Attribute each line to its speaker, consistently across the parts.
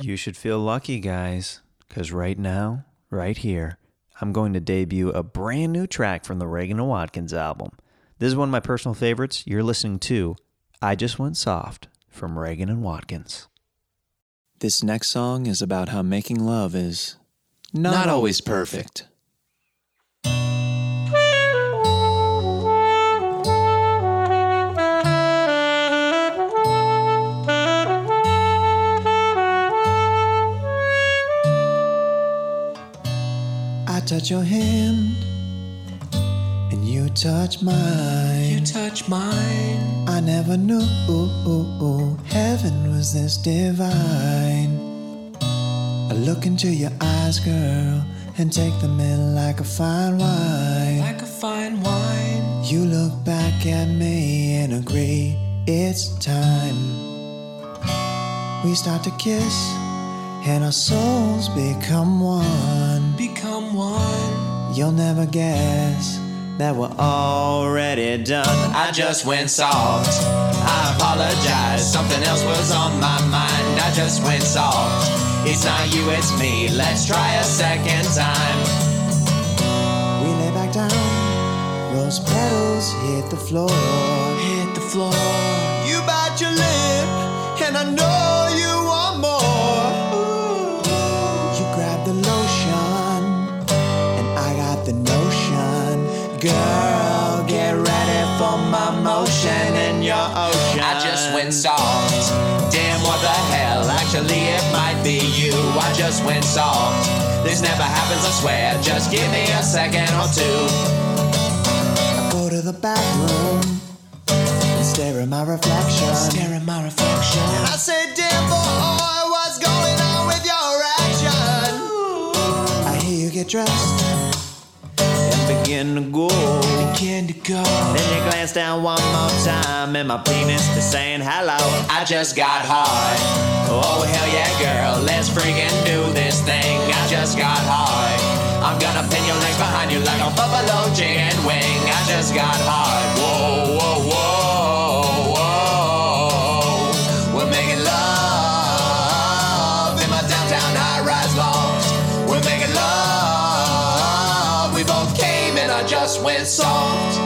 Speaker 1: You should feel lucky, guys, because right now, right here, I'm going to debut a brand new track from the Reagan and Watkins album. This is one of my personal favorites. You're listening to I Just Went Soft from Reagan and Watkins. This next song is about how uh, making love is not, always perfect.
Speaker 2: I touch your hand and you touch mine.
Speaker 3: You touch mine.
Speaker 2: I never knew heaven was this divine. I look into your eyes, girl, and take them in like a fine wine.
Speaker 3: Like a fine wine.
Speaker 2: You look back at me and agree it's time. We start to kiss, and our souls become one.
Speaker 3: Become one.
Speaker 2: You'll never guess that we're already done. I just went soft. I apologize. Something else was on my mind. I just went soft. It's not you, it's me. Let's try a second time. We lay back down. Rose petals hit the floor.
Speaker 3: Hit the floor.
Speaker 2: You bite your lip, and I know you want more. You grab the lotion and I got the notion. Girl, get ready for my motion in your ocean.
Speaker 3: I just went
Speaker 2: soft. Damn, what the hell? Actually, it might be you. I just went soft. This never happens, I swear. Just give me a second or two. I go to the bathroom and stare at my reflection.
Speaker 3: Stare at my reflection.
Speaker 2: I say, damn boy, what's going on with your action? I hear you get dressed and begin to go.
Speaker 3: Begin to go.
Speaker 2: Then you glance down one more time, and my penis is saying hello. I just got hard. Oh hell yeah, girl, let's freaking do this thing. I just got hard. I'm gonna pin your legs behind you like a buffalo chicken wing. I just got hard. Whoa, whoa, whoa, whoa. We're making love in my downtown high-rise loft. We're making love. We both came and I just went soft.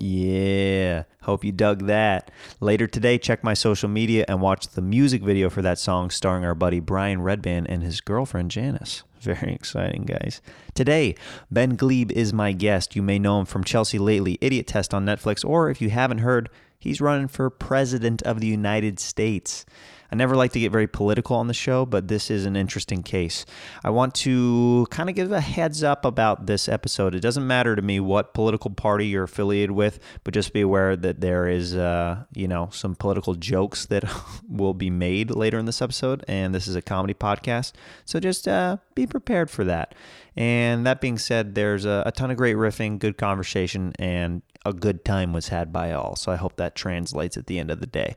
Speaker 1: Yeah. Hope you dug that. Later today, check my social media and watch the music video for that song starring our buddy Brian Redband and his girlfriend Janice. Very exciting, guys. Today, Ben Glebe is my guest. You may know him from Chelsea Lately, Idiot Test on Netflix, or if you haven't heard, he's running for President of the United States. I never like to get very political on the show, but this is an interesting case. I want to kind of give a heads up about this episode. It doesn't matter to me what political party you're affiliated with, but just be aware that there is, uh, you know, some political jokes that will be made later in this episode. And this is a comedy podcast, so just uh, be prepared for that. And that being said, there's a, a ton of great riffing, good conversation, and a good time was had by all. So I hope that translates at the end of the day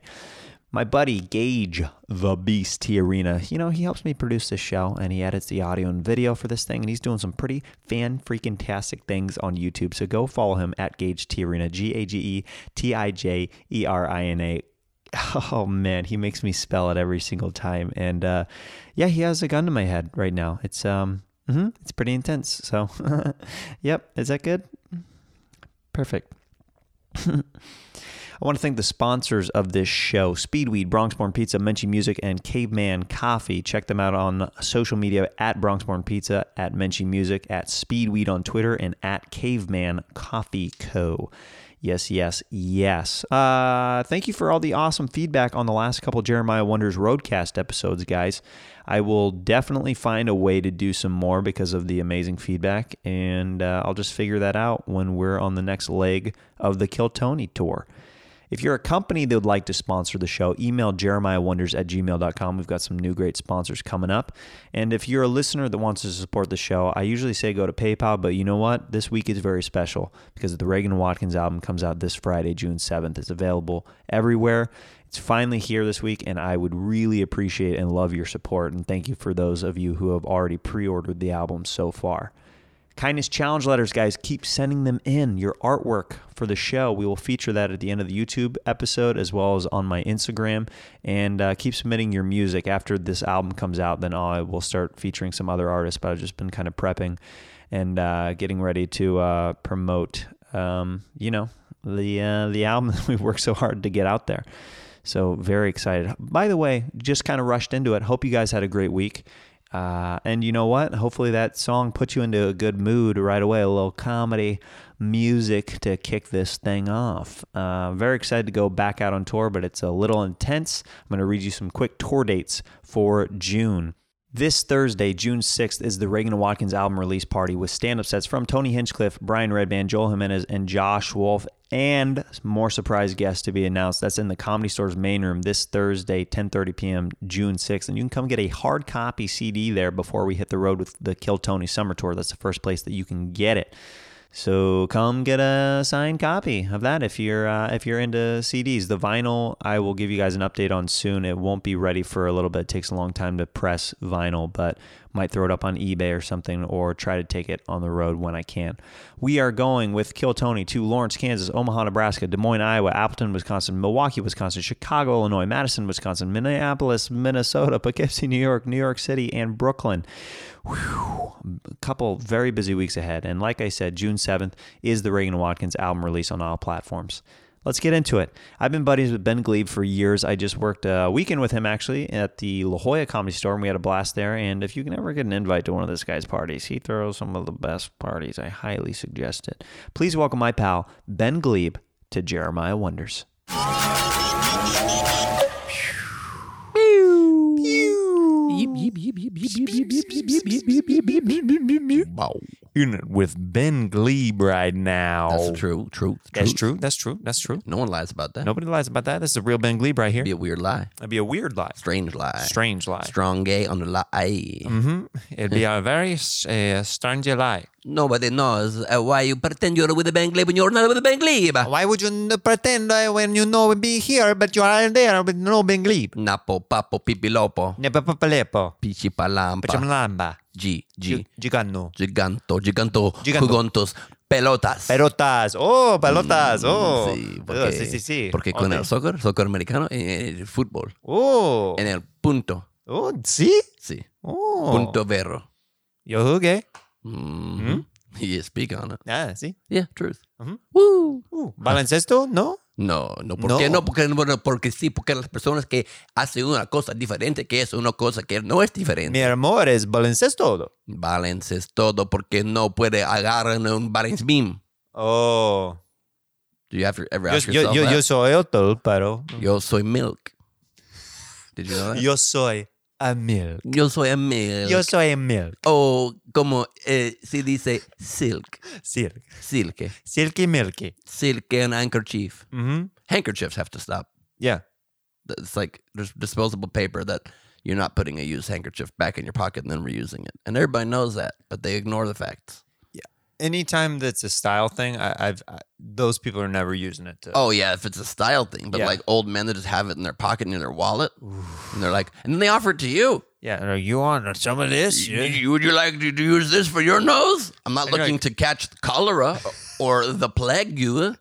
Speaker 1: my buddy Gage the Beast Tiarina, you know, he helps me produce this show and he edits the audio and video for this thing, and he's doing some pretty fan freaking tastic things on YouTube. So go follow him at Gage Tiarina, G A G E T I J E R I N A. Oh man, he makes me spell it every single time. And uh, yeah, he has a gun to my head right now. It's um, hmm it's pretty intense. So, yep, is that good? Perfect. I want to thank the sponsors of this show Speedweed, Bronxborn Pizza, Menchie Music, and Caveman Coffee. Check them out on social media at Bronxborn Pizza, at Menchie Music, at Speedweed on Twitter, and at Caveman Coffee Co. Yes, yes, yes. Uh, thank you for all the awesome feedback on the last couple Jeremiah Wonders Roadcast episodes, guys. I will definitely find a way to do some more because of the amazing feedback, and uh, I'll just figure that out when we're on the next leg of the Kill Tony tour. If you're a company that would like to sponsor the show, email jeremiahwonders at gmail.com. We've got some new great sponsors coming up. And if you're a listener that wants to support the show, I usually say go to PayPal, but you know what? This week is very special because the Reagan Watkins album comes out this Friday, June 7th. It's available everywhere. It's finally here this week, and I would really appreciate and love your support. And thank you for those of you who have already pre ordered the album so far. Kindness challenge letters, guys. Keep sending them in. Your artwork for the show. We will feature that at the end of the YouTube episode as well as on my Instagram. And uh, keep submitting your music. After this album comes out, then I will start featuring some other artists. But I've just been kind of prepping and uh, getting ready to uh, promote, um, you know, the uh, the album that we worked so hard to get out there. So very excited. By the way, just kind of rushed into it. Hope you guys had a great week. Uh, and you know what? Hopefully that song puts you into a good mood right away. A little comedy music to kick this thing off. Uh, very excited to go back out on tour, but it's a little intense. I'm going to read you some quick tour dates for June. This Thursday, June 6th, is the Reagan and Watkins album release party with stand up sets from Tony Hinchcliffe, Brian Redman, Joel Jimenez, and Josh Wolf, and more surprise guests to be announced. That's in the Comedy Store's main room this Thursday, 10.30 p.m., June 6th. And you can come get a hard copy CD there before we hit the road with the Kill Tony Summer Tour. That's the first place that you can get it. So come get a signed copy of that if you're uh, if you're into CDs. The vinyl I will give you guys an update on soon. It won't be ready for a little bit. It takes a long time to press vinyl, but might throw it up on eBay or something, or try to take it on the road when I can. We are going with Kill Tony to Lawrence, Kansas, Omaha, Nebraska, Des Moines, Iowa, Appleton, Wisconsin, Milwaukee, Wisconsin, Chicago, Illinois, Madison, Wisconsin, Minneapolis, Minnesota, Poughkeepsie, New York, New York City, and Brooklyn. Whew, a couple very busy weeks ahead. And like I said, June 7th is the Reagan and Watkins album release on all platforms. Let's get into it. I've been buddies with Ben Glebe for years. I just worked a weekend with him actually at the La Jolla Comedy Store, and we had a blast there. And if you can ever get an invite to one of this guy's parties, he throws some of the best parties. I highly suggest it. Please welcome my pal, Ben Glebe, to Jeremiah Wonders.
Speaker 4: in it with Ben Glebe right now.
Speaker 5: That's the true, true,
Speaker 4: That's true. That's true. That's true.
Speaker 5: No one lies about that.
Speaker 4: Nobody lies about that. That's the real Ben Glebe right here.
Speaker 5: Be a weird lie,
Speaker 4: That'd be a weird lie.
Speaker 5: strange lie,
Speaker 4: Strange lie.
Speaker 5: strong gay on the lie.
Speaker 6: Mm-hmm.
Speaker 4: It'd be a very uh, strange lie.
Speaker 5: Nobody knows uh, why you pretend you're with a bank leave when you're not with a bank leave.
Speaker 4: Why would you n- pretend uh, when you know be here, but you are there with no Ben Glebe?
Speaker 5: Napo, papo, pipilopo,
Speaker 4: Nepapalepo.
Speaker 5: pichi palampa,
Speaker 4: Chamlamba.
Speaker 5: G, G,
Speaker 4: Gigano.
Speaker 5: giganto, giganto,
Speaker 4: Giganto.
Speaker 5: gigantos, pelotas. Mm,
Speaker 4: Pelotas. Oh, pelotas. Oh.
Speaker 5: Sí,
Speaker 4: Oh,
Speaker 5: porque,
Speaker 4: sí, sí, sí.
Speaker 5: porque con
Speaker 4: Ok.
Speaker 5: el soccer, soccer americano, e, en el fútbol,
Speaker 4: Oh.
Speaker 5: en el E punto,
Speaker 4: Oh, sí.
Speaker 5: sí,
Speaker 4: Oh.
Speaker 5: punto verro.
Speaker 4: Yo jugué.
Speaker 5: Mhm. You speak on it.
Speaker 4: Mm? Ah, sí.
Speaker 5: Yeah, truth.
Speaker 4: Mhm.
Speaker 5: Woo.
Speaker 4: Uh, baloncesto, no?
Speaker 5: No, no, ¿por
Speaker 4: No.
Speaker 5: qué no? Porque, bueno, porque sí, porque las personas que hacen una cosa diferente, que es una cosa que no es diferente.
Speaker 4: Mi amor es baloncesto.
Speaker 5: Balance es todo, porque no puede agarrar un balance beam.
Speaker 4: Oh.
Speaker 5: Do you ever, ever
Speaker 4: Yo,
Speaker 5: ask
Speaker 4: yo,
Speaker 5: yourself
Speaker 4: yo,
Speaker 5: that?
Speaker 4: yo soy otro, pero
Speaker 5: Yo soy milk. Did you know that?
Speaker 4: yo soy Emil.
Speaker 5: Yo soy a milk.
Speaker 4: Yo soy Emil.
Speaker 5: o como eh, si dice silk,
Speaker 4: Silk.
Speaker 5: silke,
Speaker 4: Silky Milky.
Speaker 5: silke and handkerchief.
Speaker 4: Mm-hmm.
Speaker 5: Handkerchiefs have to stop.
Speaker 4: Yeah.
Speaker 5: it's like there's disposable paper that you're not putting a used handkerchief back in your pocket and then reusing it. And everybody knows that, but they ignore the facts.
Speaker 4: Anytime that's a style thing, I, I've I, those people are never using it. To,
Speaker 5: Oh yeah, if it's a style thing, but
Speaker 4: Yeah.
Speaker 5: like old men that just have it in their pocket and in their wallet, and they're like, and then they offer it to you.
Speaker 4: yeah. Are you on some of this?
Speaker 5: You- you- Would you like to use this for your nose? I'm not
Speaker 4: And you're
Speaker 5: looking to catch cholera or the plague. You,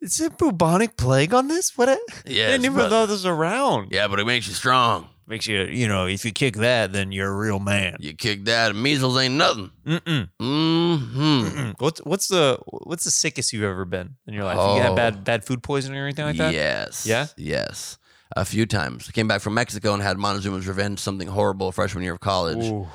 Speaker 4: Is there bubonic plague on this? What? I,
Speaker 5: Yes,
Speaker 4: I didn't even
Speaker 5: brother.
Speaker 4: know this was around.
Speaker 5: yeah, but it makes you strong.
Speaker 4: Makes you, you know, if you kick that, then you're a real man.
Speaker 5: You kick that, and measles ain't nothing.
Speaker 4: Mm-mm.
Speaker 5: Mm-hmm.
Speaker 4: Mm. What's what's the what's the sickest you've ever been in your life? You
Speaker 5: Oh.
Speaker 4: had bad bad food poisoning or anything like that?
Speaker 5: Yes.
Speaker 4: Yeah?
Speaker 5: Yes. A few times. Came back from Mexico and had Montezuma's Revenge, something horrible freshman year of college.
Speaker 4: Ooh.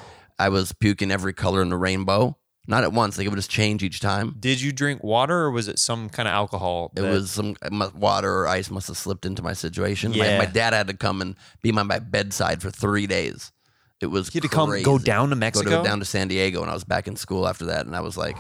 Speaker 5: I was puking every color in the rainbow. Not at once. Like it would just change each time.
Speaker 4: Did you drink water or was it some kind of alcohol?
Speaker 5: It
Speaker 4: that-
Speaker 5: was some mu- water or ice must have slipped into my situation. My-
Speaker 4: Yeah.
Speaker 5: My, dad had to come and be by my bedside for three days. It was
Speaker 4: He had to come go
Speaker 5: crazy.
Speaker 4: down to
Speaker 5: go
Speaker 4: Mexico.
Speaker 5: to, down to San Diego, and I was back in school after that, and I was like,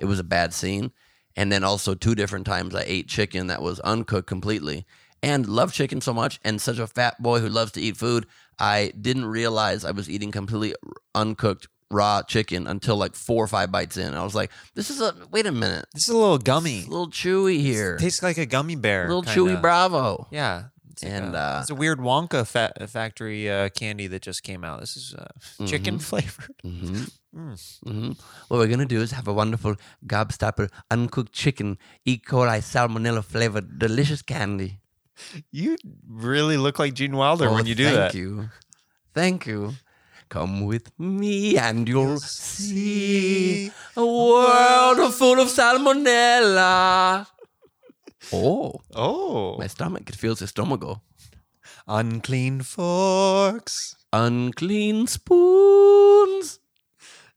Speaker 5: it was a bad scene. And then also two different times I ate chicken that was uncooked completely, and love chicken so much, and such a fat boy who loves to eat food, I didn't realize I was eating completely uncooked raw chicken until like four or five bites in. I was like, this is a wait a minute,
Speaker 4: this is a little
Speaker 5: it's
Speaker 4: gummy.
Speaker 5: a little chewy here,
Speaker 4: Tastes like a gummy bear.
Speaker 5: a little
Speaker 4: kinda.
Speaker 5: chewy Bravo.
Speaker 4: Yeah. It's like
Speaker 5: And,
Speaker 4: a-
Speaker 5: uh,
Speaker 4: it's a weird
Speaker 5: Mm-hmm.
Speaker 4: Wonka fa- factory uh, candy that just came out. This is uh, chicken flavored.
Speaker 5: Mhm.
Speaker 4: Mm.
Speaker 5: hmm What we're gonna do is have a wonderful gobstopper uncooked chicken, E. coli salmonella flavored delicious candy.
Speaker 4: You really look like Gene Wilder
Speaker 5: Oh,
Speaker 4: when you do
Speaker 5: thank
Speaker 4: that.
Speaker 5: you, thank you. Come with me and you'll see a world full of salmonella. Oh,
Speaker 4: Oh, Ah,
Speaker 5: my stomach! It feels estomago.
Speaker 4: unclean forks,
Speaker 5: Unclean spoons.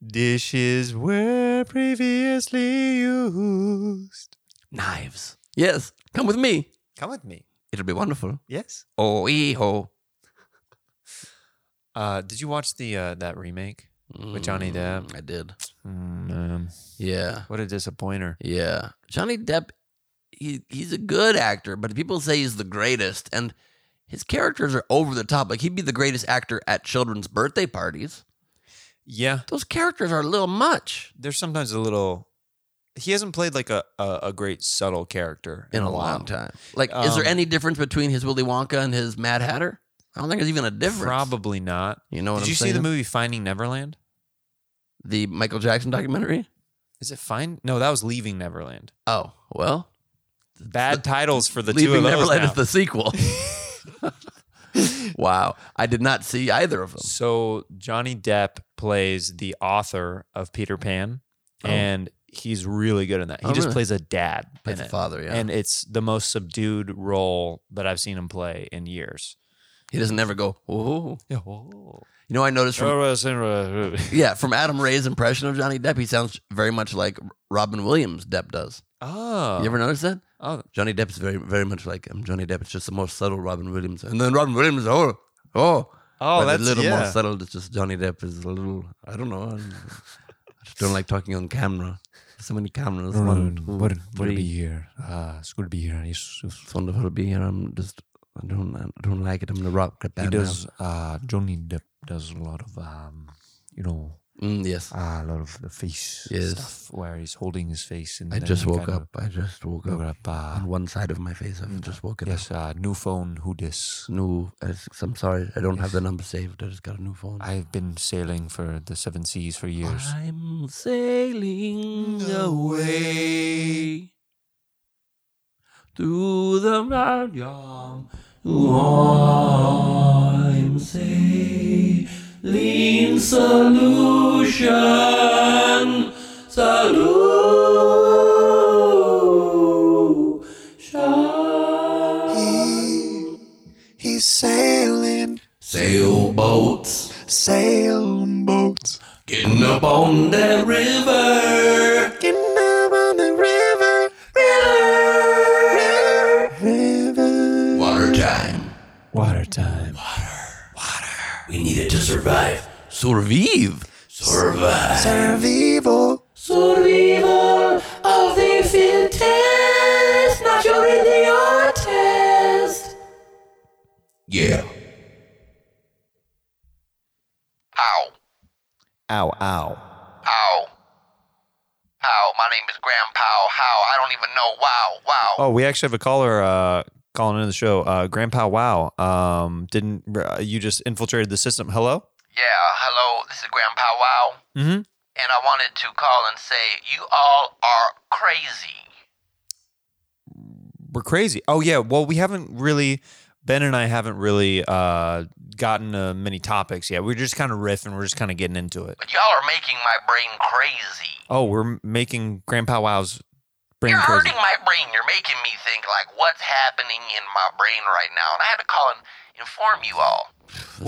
Speaker 4: dishes were previously used.
Speaker 5: knives. Yes, come with me.
Speaker 4: Come with me.
Speaker 5: It'll be wonderful.
Speaker 4: Yes.
Speaker 5: Oh, ee ho.
Speaker 4: Uh, did you watch the uh, that remake with Johnny Depp?
Speaker 5: I did.
Speaker 4: Mm, man,
Speaker 5: Yeah,
Speaker 4: what a disappointer.
Speaker 5: yeah. Johnny Depp, he he's a good actor, but people say he's the greatest, and his characters are over the top. Like he'd be the greatest actor at children's birthday parties.
Speaker 4: Yeah,
Speaker 5: Those characters are a little much
Speaker 4: there's sometimes a little. He hasn't played like a a, a great subtle character
Speaker 5: in a long time. Like, is there
Speaker 4: Um,
Speaker 5: any difference between his Willy Wonka and his Mad Hatter? I don't think there's even a difference.
Speaker 4: Probably not.
Speaker 5: You know what
Speaker 4: Did
Speaker 5: I'm
Speaker 4: you
Speaker 5: saying?
Speaker 4: see the movie Finding Neverland?
Speaker 5: The Michael Jackson documentary?
Speaker 4: Is it Find? No, that was Leaving Neverland.
Speaker 5: Oh, well,
Speaker 4: Bad titles for the two
Speaker 5: Leaving
Speaker 4: of those
Speaker 5: Neverland
Speaker 4: now.
Speaker 5: is the sequel. wow, I did not see either of them.
Speaker 4: So Johnny Depp plays the author of Peter Pan,
Speaker 5: Oh.
Speaker 4: and he's really good in that. He
Speaker 5: Oh,
Speaker 4: just
Speaker 5: really?
Speaker 4: plays a dad in
Speaker 5: It's
Speaker 4: it.
Speaker 5: father, yeah.
Speaker 4: and it's the most subdued role that I've seen him play in years.
Speaker 5: he doesn't ever go. Oh,
Speaker 4: Oh.
Speaker 5: you know, I noticed from
Speaker 4: Oh,
Speaker 5: yeah from Adam Ray's impression of Johnny Depp, he sounds very much like Robin Williams Depp does. You ever notice that?
Speaker 4: oh,
Speaker 5: Johnny Depp's very very much like um, Johnny Depp. It's just the more subtle Robin Williams, and then Robin Williams, oh oh,
Speaker 4: oh,
Speaker 5: but
Speaker 4: that's
Speaker 5: a little
Speaker 4: yeah.
Speaker 5: more subtle. It's just Johnny Depp is a little. I don't know. I just don't like talking on camera. So many cameras. One, two, three.
Speaker 4: here. Ah, it's good to be here. It's,
Speaker 5: It's wonderful to be here. I'm just, I don't, I don't like it. I'm gonna rock it down
Speaker 4: uh, Johnny Depp does a lot of, um, you know,
Speaker 5: now. Mm, yes,
Speaker 4: a lot of the face
Speaker 5: Yes.
Speaker 4: stuff where he's holding his face. And
Speaker 5: I
Speaker 4: then
Speaker 5: just
Speaker 4: he
Speaker 5: woke
Speaker 4: kinda
Speaker 5: up. I just woke
Speaker 4: Woke
Speaker 5: up.
Speaker 4: up. Uh,
Speaker 5: On one side of my face, I've just woken up.
Speaker 4: yes, uh, new phone. Who dis?
Speaker 5: No, I just- I'm sorry. I don't have the number saved. I just got a new phone. Ah,
Speaker 4: I've been sailing for the seven seas for years.
Speaker 5: I'm sailing away to the mountain. I'm sailing solution, solution.
Speaker 7: He's sailing,
Speaker 5: Sailboats.
Speaker 7: sailboats,
Speaker 5: Getting up on that river.
Speaker 7: getting up on the river, river.
Speaker 5: Water time.
Speaker 4: Water time.
Speaker 5: We need it to survive. Survive. Survive.
Speaker 7: Survival,
Speaker 5: Survival of the fittest. Not your in the artist. Yeah. Ow.
Speaker 1: Ow, ow.
Speaker 5: Ow. Ow. My name is Grandpa. How? I don't even know. Wow. Wow.
Speaker 1: Oh, we actually have a caller uh, calling into the show. Uh, Grandpa Wow. Um, didn't uh, you just infiltrated the system? Hello?
Speaker 5: Yeah, hello. This is Grandpa Wow.
Speaker 1: Mhm.
Speaker 5: And I wanted to call and say you all are crazy.
Speaker 1: We're crazy.
Speaker 4: Oh yeah. Well, we haven't really. Ben and I haven't really uh, gotten uh, many topics yet. We're just kind of riffing. We're just kind of getting into it.
Speaker 5: But y'all are making my brain crazy.
Speaker 4: Oh, we're m- making Grandpa Wow's brain
Speaker 5: You're
Speaker 4: crazy.
Speaker 5: hurting my brain. You're making me think like what's happening in my brain right now. And I had to call and inform you all.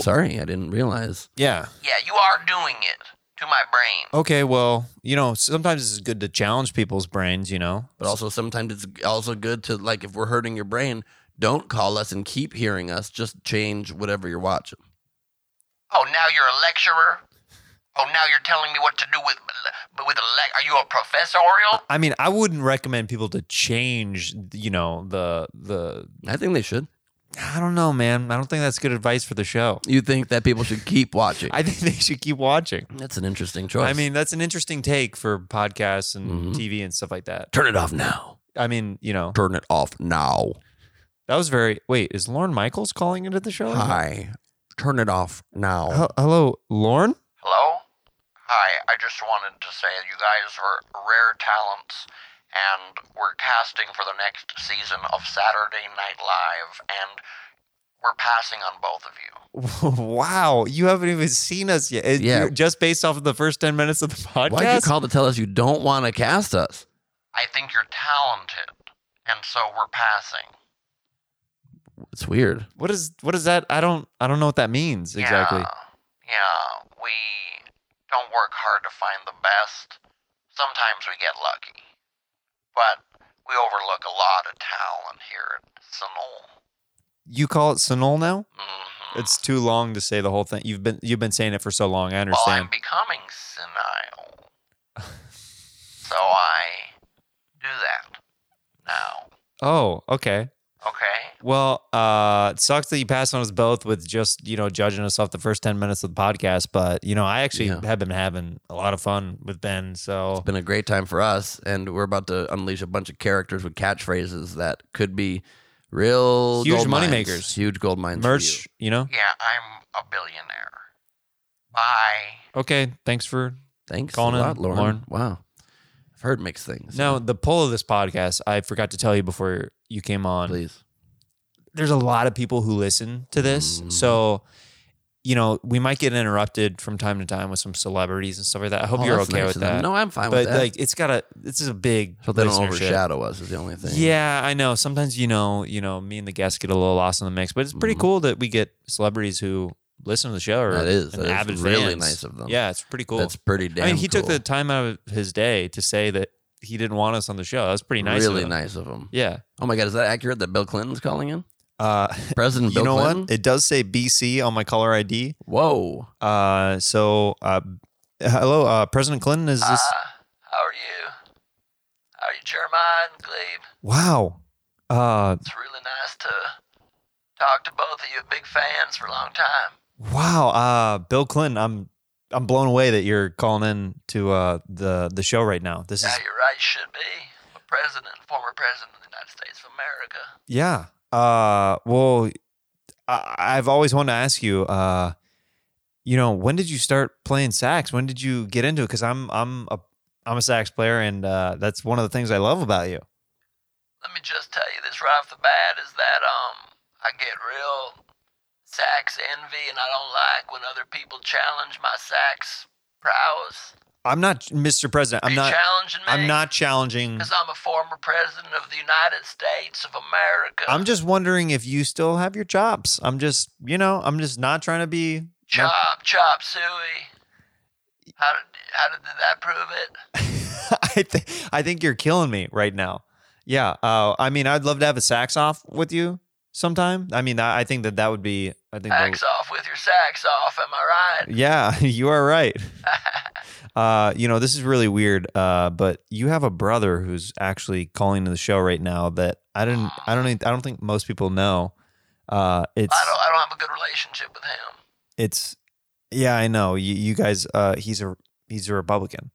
Speaker 5: Sorry, I didn't realize.
Speaker 4: Yeah.
Speaker 5: Yeah, you are doing it to my brain.
Speaker 4: Okay. Well, you know, sometimes it's good to challenge people's brains. You know.
Speaker 5: But also sometimes it's also good to like if we're hurting your brain, don't call us and keep hearing us. Just change whatever you're watching.
Speaker 8: Oh, now you're a lecturer? Oh, now you're telling me what to do with with a lec- Are you a professorial?
Speaker 4: I mean, I wouldn't recommend people to change. You know, the the.
Speaker 5: I think they should.
Speaker 4: I don't know, man. I don't think that's good advice for the show.
Speaker 5: You think that people should keep watching?
Speaker 4: I think they should keep watching.
Speaker 5: That's an interesting choice.
Speaker 4: I mean, that's an interesting take for podcasts and
Speaker 5: Mhm.
Speaker 4: TV and stuff like that.
Speaker 5: turn it off now.
Speaker 4: I mean, you know,
Speaker 5: Turn it off now.
Speaker 4: that was very. Wait, is Lauren Michaels calling into the show?
Speaker 5: Hi. Turn it off now.
Speaker 4: Hel- hello, Lauren.
Speaker 8: Hello?
Speaker 6: Hi, I just wanted to say you guys are rare talents, and we're casting for the next season of Saturday Night Live, and we're passing on both of you.
Speaker 1: wow, you haven't even seen us yet. It-
Speaker 5: Yeah.
Speaker 1: you're- Just based off of the first 10 minutes of the podcast.
Speaker 5: Why'd you call to tell us you don't want to cast us?
Speaker 6: I think you're talented, and so we're passing.
Speaker 5: It's weird.
Speaker 1: what is what is that? I don't I don't know what that means exactly.
Speaker 6: Yeah, yeah, we don't work hard to find the best. Sometimes we get lucky, but we overlook a lot of talent here at Sonol.
Speaker 1: You call it Sonol now?
Speaker 6: Mhm.
Speaker 1: It's too long to say the whole thing. You've been you've been saying it for so long. I
Speaker 6: Well, I'm
Speaker 1: understand.
Speaker 6: becoming senile. so I do that now.
Speaker 1: oh, okay.
Speaker 6: Okay?
Speaker 1: Well, uh, it sucks that you passed on us both with just you know judging us off the first ten minutes of the podcast. But you know, I actually
Speaker 5: Yeah.
Speaker 1: have been having a lot of fun with Ben. So
Speaker 5: It's been a great time for us, and we're about to unleash a bunch of characters with catchphrases that could be real
Speaker 1: Huge
Speaker 5: gold mines,
Speaker 1: moneymakers.
Speaker 5: huge gold mines. for you.
Speaker 1: merch, you know.
Speaker 6: Yeah, I'm a billionaire. Bye.
Speaker 1: Okay, thanks for
Speaker 5: Thanks
Speaker 1: Calling
Speaker 5: a
Speaker 1: in,
Speaker 5: lot, Lauren.
Speaker 1: Lauren.
Speaker 5: Wow, I've heard mixed things.
Speaker 1: now the poll of this podcast. I forgot to tell you before you came on.
Speaker 5: please.
Speaker 1: there's a lot of people who listen to this.
Speaker 5: Mm.
Speaker 1: So, you know, we might get interrupted from time to time with some celebrities and stuff like that. I hope
Speaker 5: Oh,
Speaker 1: you're
Speaker 5: that's
Speaker 1: okay
Speaker 5: nice
Speaker 1: with
Speaker 5: of them.
Speaker 1: that.
Speaker 5: No, I'm fine
Speaker 1: but
Speaker 5: with that.
Speaker 1: like, it's got a. This is a big.
Speaker 5: so they don't
Speaker 1: listenership.
Speaker 5: overshadow us is the only thing.
Speaker 1: Yeah, I know. Sometimes you know, you know, me and the guests get a little lost in the mix, but it's pretty
Speaker 5: Mhm.
Speaker 1: cool that we get celebrities who listen to the show. Or
Speaker 5: That is-
Speaker 1: an
Speaker 5: that is
Speaker 1: avid
Speaker 5: really
Speaker 1: fans.
Speaker 5: nice of them.
Speaker 1: Yeah, it's pretty cool.
Speaker 5: that's pretty damn.
Speaker 1: I mean, he took
Speaker 5: cool.
Speaker 1: the time out of his day to say that he didn't want us on the show. That's pretty nice. of
Speaker 5: really
Speaker 1: him.
Speaker 5: nice of him.
Speaker 1: Yeah.
Speaker 5: Oh my God, is that accurate? That Bill Clinton's calling in
Speaker 4: Uh,
Speaker 5: President
Speaker 4: you
Speaker 5: Bill
Speaker 4: know
Speaker 5: Clinton.
Speaker 4: what? It does say BC on my caller ID.
Speaker 5: Whoa,
Speaker 4: Uh, so, uh, hello, uh, President Clinton. Is this?
Speaker 5: Ah.
Speaker 6: Hi, how are you? How are Oh, you, Jeremiah and Glebe?
Speaker 4: Wow. Uh,
Speaker 6: It's really nice to talk to both of you. Big fans for a long time.
Speaker 4: wow. Uh, Bill Clinton. I'm I'm blown away that you're calling in to uh, the the show right now. This is
Speaker 6: Yeah, you're right. You should be. I'm a president, former president of the United States of America.
Speaker 4: yeah. Uh, well, I, I've always wanted to ask you. Uh, you know, when did you start playing sax? When did you get into it? Because I'm I'm a I'm a sax player, and uh, that's one of the things I love about you.
Speaker 6: Let me just tell you this right off the bat is that um I get real sax envy, and I don't like when other people challenge my sax prowess.
Speaker 4: I'm not Mr. President.
Speaker 6: Are
Speaker 4: I'm
Speaker 6: you
Speaker 4: not.
Speaker 6: challenging me?
Speaker 4: I'm not challenging.
Speaker 6: Because I'm a former president of the United States of America.
Speaker 4: I'm just wondering if you still have your chops. I'm just, you know, I'm just not trying to be.
Speaker 6: Chop, chop suey. How did, how did, did that prove it?
Speaker 4: I think I think you're killing me right now. Yeah. Uh, I mean, I'd love to have a sax off with you sometime. I mean, I, I think that that would be. I think. that-
Speaker 6: Axe off with your sax off, am I right?
Speaker 4: yeah, you are right. Uh, you know, this is really weird. Uh, but you have a brother who's actually calling to the show right now that I didn't. I don't. even- I don't think most people know. Uh, it's.
Speaker 6: I don't, I don't have a good relationship with him.
Speaker 4: it's yeah i know you, you guys uh he's a he's a republican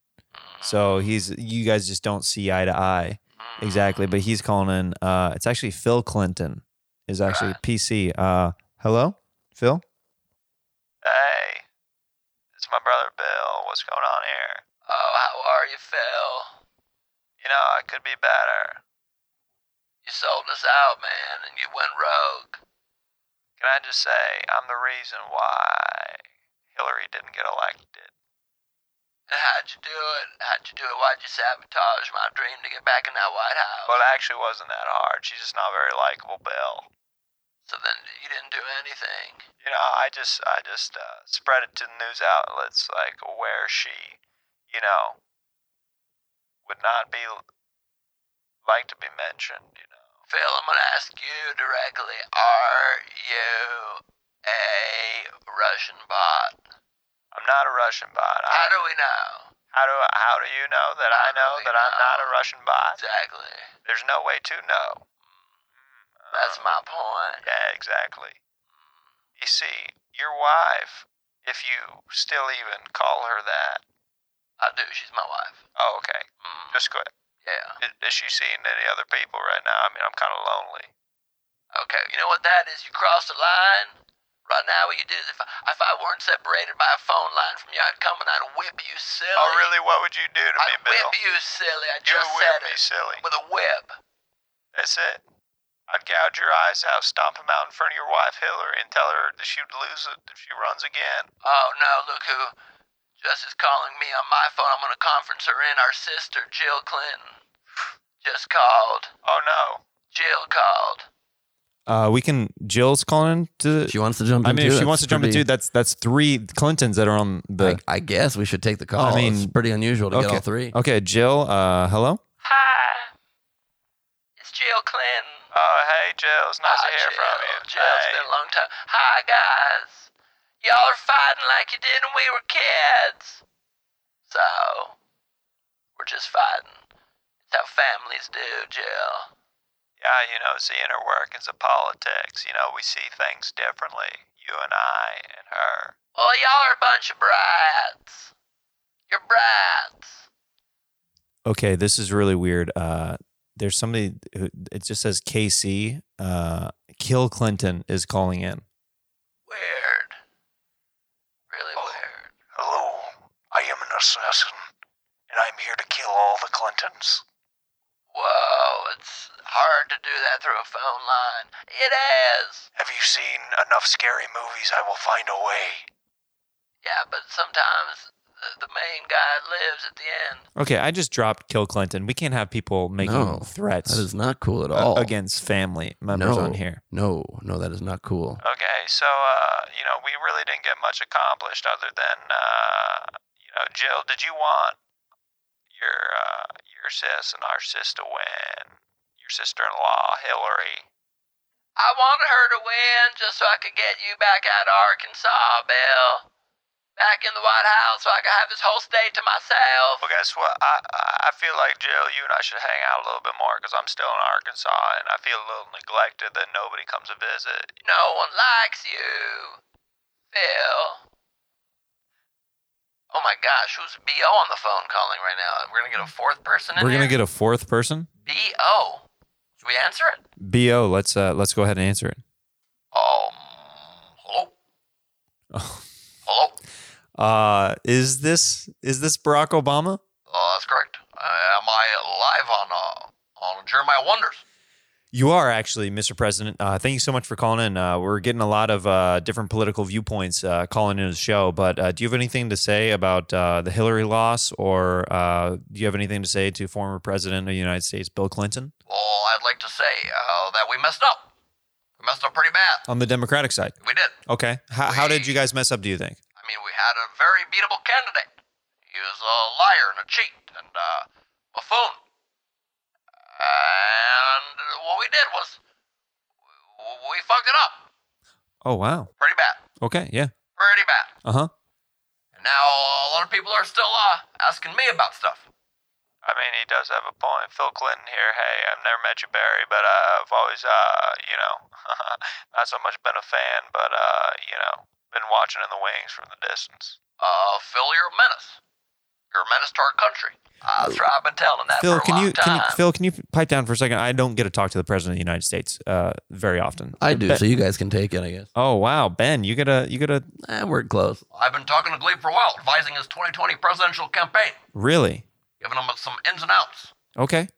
Speaker 4: so
Speaker 6: Mm.
Speaker 4: he's you guys just don't see eye to eye exactly but
Speaker 6: Mm.
Speaker 4: he's calling in uh it's actually phil clinton is actually pc uh hello phil
Speaker 6: Hey, it's my brother Bill. What's going on here? Oh, how are you, Phil? You know, I could be better. You sold us out, man, and you went rogue. Can I just say, I'm the reason why Hillary didn't get elected. How'd you do it? How'd you do it? Why'd you sabotage my dream to get back in that White House? Well, it actually wasn't that hard. She's just not very likable, Bill. So then you didn't do anything. You know, I just I just uh, spread it to the news outlets like where she, you know, would not be like to be mentioned. You know, Phil, I'm gonna ask you directly: Are you a Russian bot? I'm not a Russian bot. How do we know? How do how do you know that I know that I'm not a Russian bot? Exactly. There's no way to know. That's my point. Yeah, exactly. You see, your wife, if you still even call her that. I do. She's my wife. Oh, okay.
Speaker 5: Mm-hmm.
Speaker 6: Just go ahead. Yeah. Is, is she seeing any other people right now? I mean, I'm kind of lonely. Okay. You know what that is? You crossed the line.
Speaker 5: Right now, what you do is if I, if I weren't separated by a phone line from you, I'd come and I'd whip you silly.
Speaker 6: Oh, really? What would you do to me,
Speaker 5: I'd
Speaker 6: Bill?
Speaker 5: whip you silly. I
Speaker 6: You
Speaker 5: just
Speaker 6: would
Speaker 5: said
Speaker 6: whip me
Speaker 5: it.
Speaker 6: silly.
Speaker 5: With a whip.
Speaker 6: That's it. I'd gouge your eyes out, stomp them out in front of your wife, Hillary, and tell her that she'd lose it if she runs again.
Speaker 5: Oh, no, look who. Just is calling me on my phone. I'm going to conference her in, our sister, Jill Clinton. Just called.
Speaker 6: Oh, no.
Speaker 5: Jill called.
Speaker 4: Uh, we can. Jill's calling to.
Speaker 2: She wants to jump.
Speaker 4: I
Speaker 2: in
Speaker 4: mean,
Speaker 2: too.
Speaker 4: if she
Speaker 2: That's
Speaker 4: wants to jump in
Speaker 2: pretty-
Speaker 4: too, that's that's three Clintons that are on the.
Speaker 2: I, I guess we should take the call.
Speaker 4: I mean-
Speaker 2: it's pretty unusual to
Speaker 4: okay.
Speaker 2: get all three.
Speaker 4: Okay, Jill. Uh, hello.
Speaker 5: Hi. It's Jill Clinton.
Speaker 6: Oh, hey, Jill. It's nice
Speaker 5: Hi,
Speaker 6: to hear
Speaker 5: Jill.
Speaker 6: from you.
Speaker 5: Jill, it's
Speaker 6: Hey.
Speaker 5: been a long time. Hi, guys. Y'all are fighting like you did when we were kids. So, we're just fighting. It's how families do, Jill.
Speaker 6: Yeah, you know, it's the inner workings of politics. You know, we see things differently, you and I and her.
Speaker 5: Well, y'all are a bunch of brats. You're brats.
Speaker 4: Okay, this is really weird. Uh, there's somebody. Who, it just says KC. Uh, Kill Clinton is calling in.
Speaker 5: Weird. Really weird.
Speaker 6: Hello, I am an assassin, and I'm here to kill all the Clintons.
Speaker 5: Whoa, it's hard to do that through a phone line. It is.
Speaker 6: Have you seen enough scary movies? I will find a way.
Speaker 5: Yeah, but sometimes the, the main guy lives at the end.
Speaker 4: Okay, I just dropped Kill Clinton. We can't have people making
Speaker 2: No,
Speaker 4: threats
Speaker 2: That is not cool at
Speaker 4: a-
Speaker 2: all.
Speaker 4: against family members
Speaker 2: No.
Speaker 4: on here.
Speaker 2: No, no, that is not cool.
Speaker 6: Okay, so, uh, you know, we really didn't get much accomplished other than, uh, you know, Jill, did you want your, uh, your sis and our sis to win? Your sister in law, Hillary.
Speaker 5: I wanted her to win just so I could get you back out of Arkansas, Bill. Back in the White House so I could have this whole state to myself.
Speaker 6: Well, guess what? I I I feel like Jill, you and I should hang out a little bit more because I'm still in Arkansas and I feel a little neglected that nobody comes to visit.
Speaker 5: No one likes you, Bill. Oh my gosh, who's BO on the phone calling right now? We're gonna get a fourth person in
Speaker 4: We're gonna
Speaker 5: here?
Speaker 4: get a fourth person.
Speaker 5: BO. Should we answer it?
Speaker 4: Bo, let's uh, let's go ahead and answer it.
Speaker 5: Um, hello? Hello?
Speaker 4: Uh, is this is this Barack Obama?
Speaker 5: Uh, that's correct. Uh, am I live on, uh, on Jeremiah Wonders?
Speaker 4: You are actually, Mr. President. Uh, thank you so much for calling in. Uh, we're getting a lot of uh, different political viewpoints uh, calling into the show, but uh, do you have anything to say about uh, the Hillary loss, or uh, do you have anything to say to former President of the United States Bill Clinton
Speaker 5: Well, I'd like to say uh, that we messed up. We messed up pretty bad.
Speaker 4: on the Democratic side?
Speaker 5: We did.
Speaker 4: Okay, how, how did you guys mess up? Do you think?
Speaker 5: I mean, we had a very beatable candidate. He was a liar and a cheat and uh, a buffoon. And what we did was w- we fucked it up
Speaker 4: Oh wow.
Speaker 5: pretty bad,
Speaker 4: Okay. Yeah.
Speaker 5: pretty bad.
Speaker 4: Uh huh.
Speaker 5: And now a lot of people are still uh, asking me about stuff.
Speaker 6: I mean, he does have a point. Phil Clinton here. Hey, I've never met you, Barry, but uh, I've always, uh, you know, not so much been a fan, but uh, you know, been watching in the wings from the distance.
Speaker 5: Uh, Phil, you're a menace. You're a menace to our country. Uh, that's right. I've been telling that
Speaker 4: Phil,
Speaker 5: for a
Speaker 4: can
Speaker 5: long
Speaker 4: you, can
Speaker 5: time.
Speaker 4: you Phil, can you pipe down for a second? I don't get to talk to the President of the United States uh, very often.
Speaker 2: I do,
Speaker 4: But-
Speaker 2: so you guys can take it, I guess.
Speaker 4: oh wow, Ben, you gotta you gotta
Speaker 2: Eh, we're close.
Speaker 5: I've been talking to Glebe for a while, advising his 2020 presidential campaign,
Speaker 4: really
Speaker 5: giving him some ins and outs.
Speaker 4: Okay.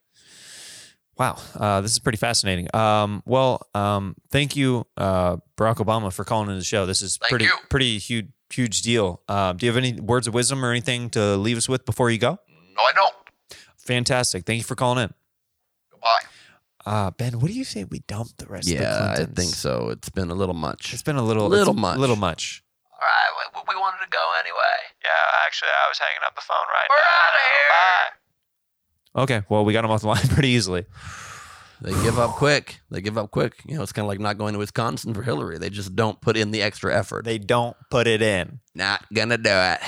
Speaker 4: Wow, uh, this is pretty fascinating. Um, well, um, thank you, uh, Barack Obama, for calling in the show. This is
Speaker 5: Thank
Speaker 4: pretty,
Speaker 5: you.
Speaker 4: pretty huge, huge deal. Uh, do you have any words of wisdom or anything to leave us with before you go?
Speaker 5: No, I don't.
Speaker 4: Fantastic. Thank you for calling in,
Speaker 5: Goodbye.
Speaker 4: uh, Ben. What do you say we dump the rest?
Speaker 2: Yeah,
Speaker 4: of
Speaker 2: I
Speaker 4: the Clintons?
Speaker 2: think so. It's been a little much.
Speaker 4: It's been a little,
Speaker 2: Little
Speaker 4: it's
Speaker 2: much.
Speaker 4: little much.
Speaker 5: All right, we, we wanted to go anyway.
Speaker 6: Yeah, actually, I was hanging up the phone right
Speaker 5: We're
Speaker 6: now.
Speaker 5: outta here.
Speaker 6: Bye.
Speaker 4: Okay, well, we got him off the line pretty easily.
Speaker 2: They give up quick. They give up quick. You know, it's kind of like not going to Wisconsin for Hillary. They just don't put in the extra effort.
Speaker 4: They don't put it in.
Speaker 2: not gonna do it.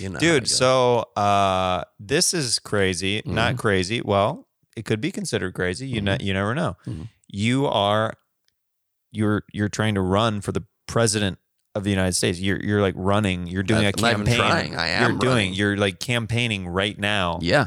Speaker 2: You know, how it
Speaker 4: dude
Speaker 2: goes.
Speaker 4: so uh this is crazy
Speaker 2: Mm-hmm.
Speaker 4: not crazy well it could be considered crazy you know you never know
Speaker 2: Mhm.
Speaker 4: you are you're you're trying to run for the president of the United States you're you're like running you're doing
Speaker 2: I'm
Speaker 4: a
Speaker 2: not even
Speaker 4: campaign
Speaker 2: trying. I am
Speaker 4: you're doing
Speaker 2: running.
Speaker 4: you're like campaigning right now
Speaker 2: yeah,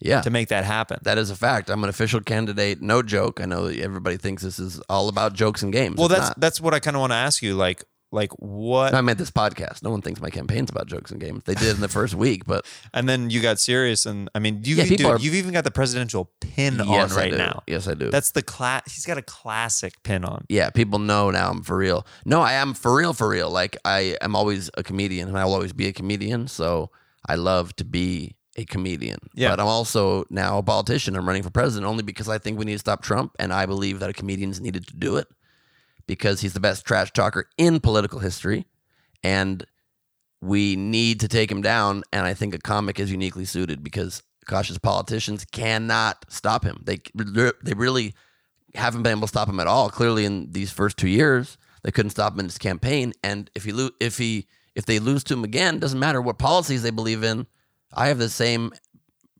Speaker 5: Yeah.
Speaker 4: to make that happen.
Speaker 5: That is a fact. I'm an official candidate. No joke. I know that everybody thinks this is all about jokes and games.
Speaker 4: well,
Speaker 5: It's
Speaker 4: that's
Speaker 5: not.
Speaker 4: that's what I kind of want to ask you. Like, like what?
Speaker 5: No, I meant this podcast. No one thinks my campaign's about jokes and games. They did in the first week, but
Speaker 4: and then you got serious, and I mean, you
Speaker 5: Yeah, people
Speaker 4: dude,
Speaker 5: are-
Speaker 4: you've even got the presidential pin
Speaker 5: yes,
Speaker 4: on
Speaker 5: I
Speaker 4: right
Speaker 5: do.
Speaker 4: now.
Speaker 5: Yes, I do.
Speaker 4: That's the class. He's got a classic pin on.
Speaker 5: yeah, people know now I'm for real. No, I am for real, for real. Like I am always a comedian, and I will always be a comedian. So I love to be a comedian.
Speaker 4: Yeah.
Speaker 5: But I'm also now a politician. I'm running for president only because I think we need to stop Trump, and I believe that a comedian's needed to do it because he's the best trash talker in political history, and we need to take him down. And I think a comic is uniquely suited because cautious politicians cannot stop him. They they really haven't been able to stop him at all. Clearly, in these first two years, they couldn't stop him in his campaign. And if he lo- if he if they lose to him again, doesn't matter what policies they believe in. I have the same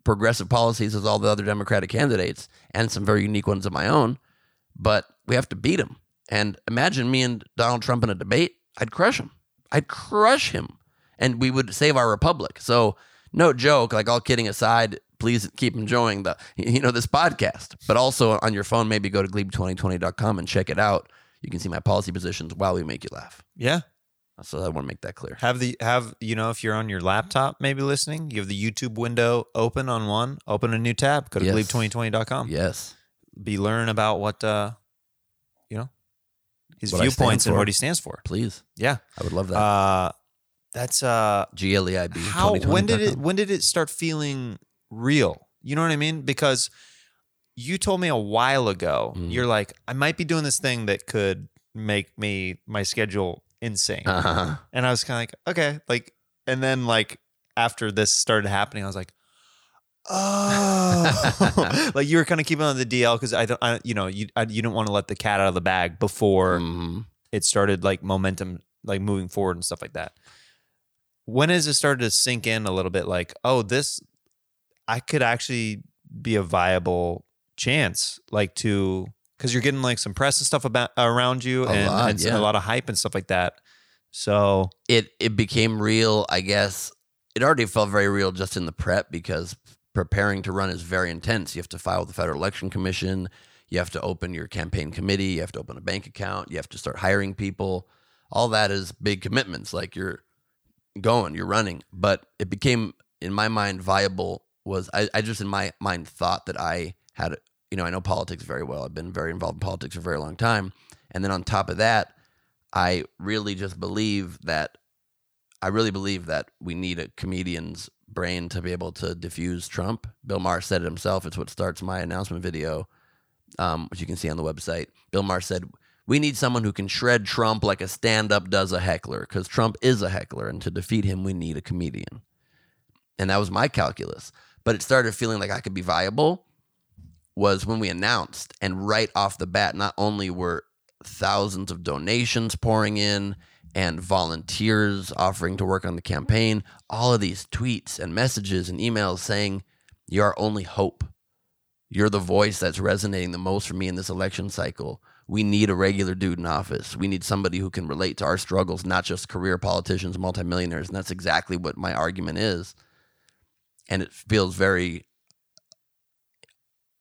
Speaker 5: progressive policies as all the other Democratic candidates, and some very unique ones of my own. But we have to beat him. And imagine me and Donald Trump in a debate. I'd crush him. I'd crush him, and we would save our republic. So, no joke. Like all kidding aside, please keep enjoying the you know this podcast. But also on your phone, maybe go to glebe2020.com and check it out. You can see my policy positions while we make you laugh.
Speaker 4: Yeah,
Speaker 5: So I want to make that clear.
Speaker 4: have the have you know if you're on your laptop maybe listening, you have the YouTube window open on one. Open a new tab. Go to
Speaker 5: Yes.
Speaker 4: believe2020.com.
Speaker 5: Yes.
Speaker 4: Be learn about what uh, you know, his
Speaker 5: What I stand
Speaker 4: viewpoints and
Speaker 5: for.
Speaker 4: what he stands for.
Speaker 5: Please.
Speaker 4: Yeah.
Speaker 5: I would love that.
Speaker 4: Uh, that's uh,
Speaker 5: G L E I B.
Speaker 4: how when did it when did it start feeling real you know what i mean because you told me a while ago
Speaker 5: Mhm.
Speaker 4: you're like i might be doing this thing that could make me my schedule insane
Speaker 5: Uh-huh.
Speaker 4: and i was kind of like okay like and then like after this started happening i was like oh like you were kind of keeping on the dl because i don't I, you know you I, you didn't want to let the cat out of the bag before
Speaker 5: Mhm.
Speaker 4: it started like momentum like moving forward and stuff like that when has it started to sink in a little bit like oh this i could actually be a viable chance like to because you're getting like some press and stuff about around you
Speaker 5: A
Speaker 4: and,
Speaker 5: lot,
Speaker 4: and s-
Speaker 5: yeah.
Speaker 4: a lot of hype and stuff like that so
Speaker 5: it it became real, I guess. It already felt very real just in the prep because preparing to run is very intense. You have to file with the Federal Election Commission, you have to open your campaign committee, you have to open a bank account, you have to start hiring people. All that is big commitments. Like you're going, you're running. But it became in my mind viable was I, I just in my mind thought that I had you know, I know politics very well. I've been very involved in politics for a very long time. And then on top of that, I really just believe that I really believe that we need a comedian's brain to be able to diffuse Trump. Bill Maher said it himself. It's what starts my announcement video, um, which you can see on the website. Bill Maher said, We need someone who can shred Trump like a stand up does a heckler, because Trump is a heckler. And to defeat him, we need a comedian. And that was my calculus. But it started feeling like I could be viable was when we announced. And right off the bat, not only were thousands of donations pouring in and volunteers offering to work on the campaign, all of these tweets and messages and emails saying, You're our only hope. You're the voice that's resonating the most for me in this election cycle. We need a regular dude in office. We need somebody who can relate to our struggles, not just career politicians, multimillionaires. And that's exactly what my argument is. And it feels very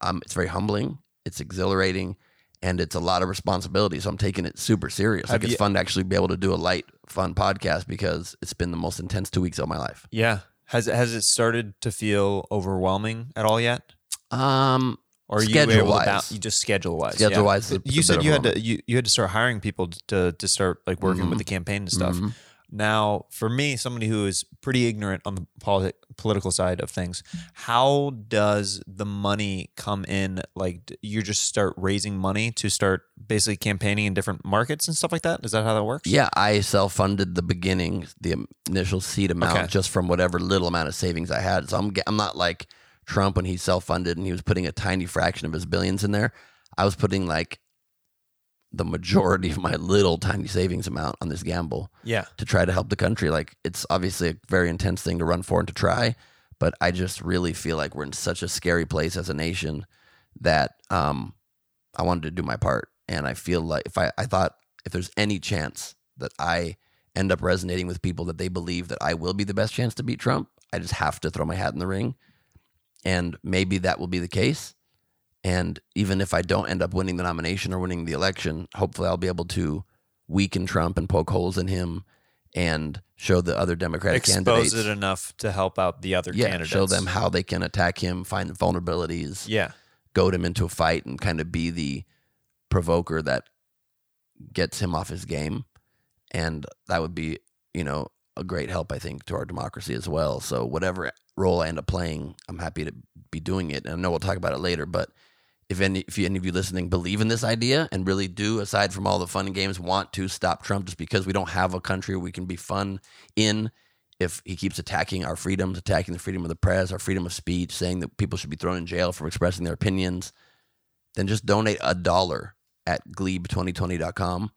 Speaker 5: um, it's very humbling. It's exhilarating, and it's a lot of responsibility. So I'm taking it super serious.
Speaker 4: Have
Speaker 5: Like it's
Speaker 4: you-
Speaker 5: fun to actually be able to do a light, fun podcast because it's been the most intense two weeks of my life.
Speaker 4: yeah has it has it started to feel overwhelming at all yet
Speaker 5: Um,
Speaker 4: or are you able to
Speaker 5: Schedule-wise.
Speaker 4: bou- you just schedule wise
Speaker 5: schedule wise,
Speaker 4: you said you had to you, you had to start hiring people to to start like working with the
Speaker 5: Mm-hmm.
Speaker 4: campaign and stuff Now, for me, somebody who is pretty ignorant on the politi- political side of things, how does the money come in? Like, d- you just start raising money to start basically campaigning in different markets and stuff like that? Is that how that works?
Speaker 5: Yeah, I self funded the beginning, the initial seed amount,
Speaker 4: Okay.
Speaker 5: just from whatever little amount of savings I had. So I'm ge- I'm not like Trump when he self funded and he was putting a tiny fraction of his billions in there. I was putting like the majority of my little tiny savings amount on this gamble.
Speaker 4: Yeah.
Speaker 5: to try to help the country. Like it's obviously a very intense thing to run for and to try, but I just really feel like we're in such a scary place as a nation that um, I wanted to do my part. And I feel like if I, I thought if there's any chance that I end up resonating with people that they believe that I will be the best chance to beat Trump, I just have to throw my hat in the ring. And maybe that will be the case. And even if I don't end up winning the nomination or winning the election, hopefully I'll be able to weaken Trump and poke holes in him and show the other Democratic
Speaker 4: Expose
Speaker 5: candidates.
Speaker 4: it enough to help out the other
Speaker 5: yeah,
Speaker 4: candidates.
Speaker 5: show them how they can attack him, find the vulnerabilities,
Speaker 4: Yeah.
Speaker 5: goad him into a fight, and kind of be the provoker that gets him off his game. And that would be, you know, a great help, I think, to our democracy as well. So, whatever role I end up playing, I'm happy to be doing it. And I know we'll talk about it later, but if any, if you, any of you listening believe in this idea and really do, aside from all the fun and games, want to stop Trump just because we don't have a country we can be fun in, if he keeps attacking our freedoms, attacking the freedom of the press, our freedom of speech, saying that people should be thrown in jail for expressing their opinions, then just donate a dollar at glebe2020.com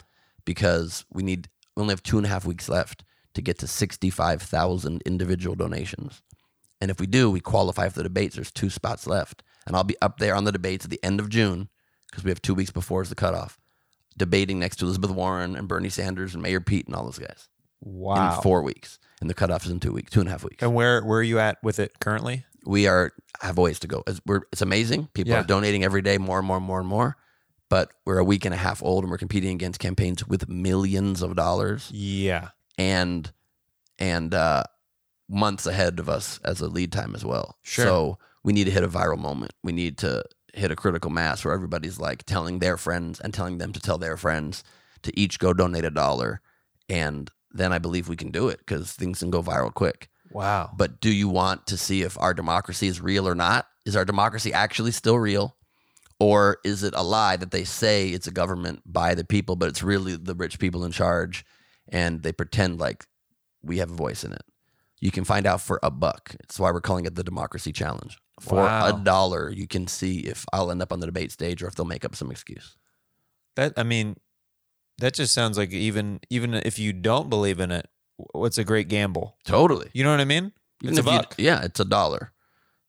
Speaker 5: because we need we only have two and a half weeks left to get to 65,000 individual donations. And if we do, we qualify for the debates. There's two spots left. And I'll be up there on the debates at the end of June because we have two weeks before is the cutoff, debating next to Elizabeth Warren and Bernie Sanders and Mayor Pete and all those guys in four weeks, and the cutoff is in two weeks, two and a half weeks.
Speaker 4: And where where are you at with it currently?
Speaker 5: We are have ways to go. It's, we're, it's amazing. People
Speaker 4: Yeah.
Speaker 5: are donating every day, more and more and more and more. But we're a week and a half old, and we're competing against campaigns with millions of dollars
Speaker 4: Yeah.
Speaker 5: and and uh, months ahead of us as a lead time as well.
Speaker 4: Sure.
Speaker 5: So we need to hit a viral moment. We need to hit a critical mass where everybody's like telling their friends and telling them to tell their friends to each go donate a dollar, and then I believe we can do it because things can go viral quick
Speaker 4: Wow.
Speaker 5: but do you want to see if our democracy is real or not? Is our democracy actually still real? Or is it a lie that they say it's a government by the people, but it's really the rich people in charge and they pretend like we have a voice in it? You can find out for a buck. It's why we're calling it the Democracy Challenge. For
Speaker 4: Wow.
Speaker 5: a dollar, you can see if I'll end up on the debate stage or if they'll make up some excuse.
Speaker 4: That I mean, that just sounds like even even if you don't believe in it, w- it's a great gamble.
Speaker 5: Totally.
Speaker 4: You know what I mean?
Speaker 5: Even
Speaker 4: It's a
Speaker 5: if you-
Speaker 4: buck.
Speaker 5: yeah, it's a dollar.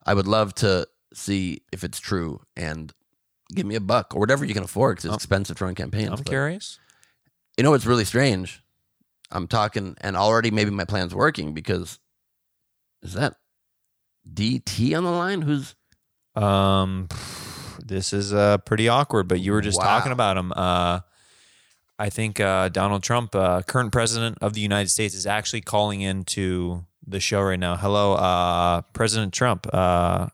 Speaker 5: I would love to see if it's true and give me a buck or whatever you can afford because it's
Speaker 4: I'm-
Speaker 5: expensive to run campaigns.
Speaker 4: Oh. I'm
Speaker 5: but-
Speaker 4: curious.
Speaker 5: You know what's really strange? I'm talking and already maybe my plan's working because is that DT on the line? Who's
Speaker 4: Um, this is uh, pretty awkward, but you were just
Speaker 5: Wow.
Speaker 4: talking about him. Uh, I think uh, Donald Trump, uh, current president of the United States, is actually calling into the show right now. Hello, uh, President Trump. Uh,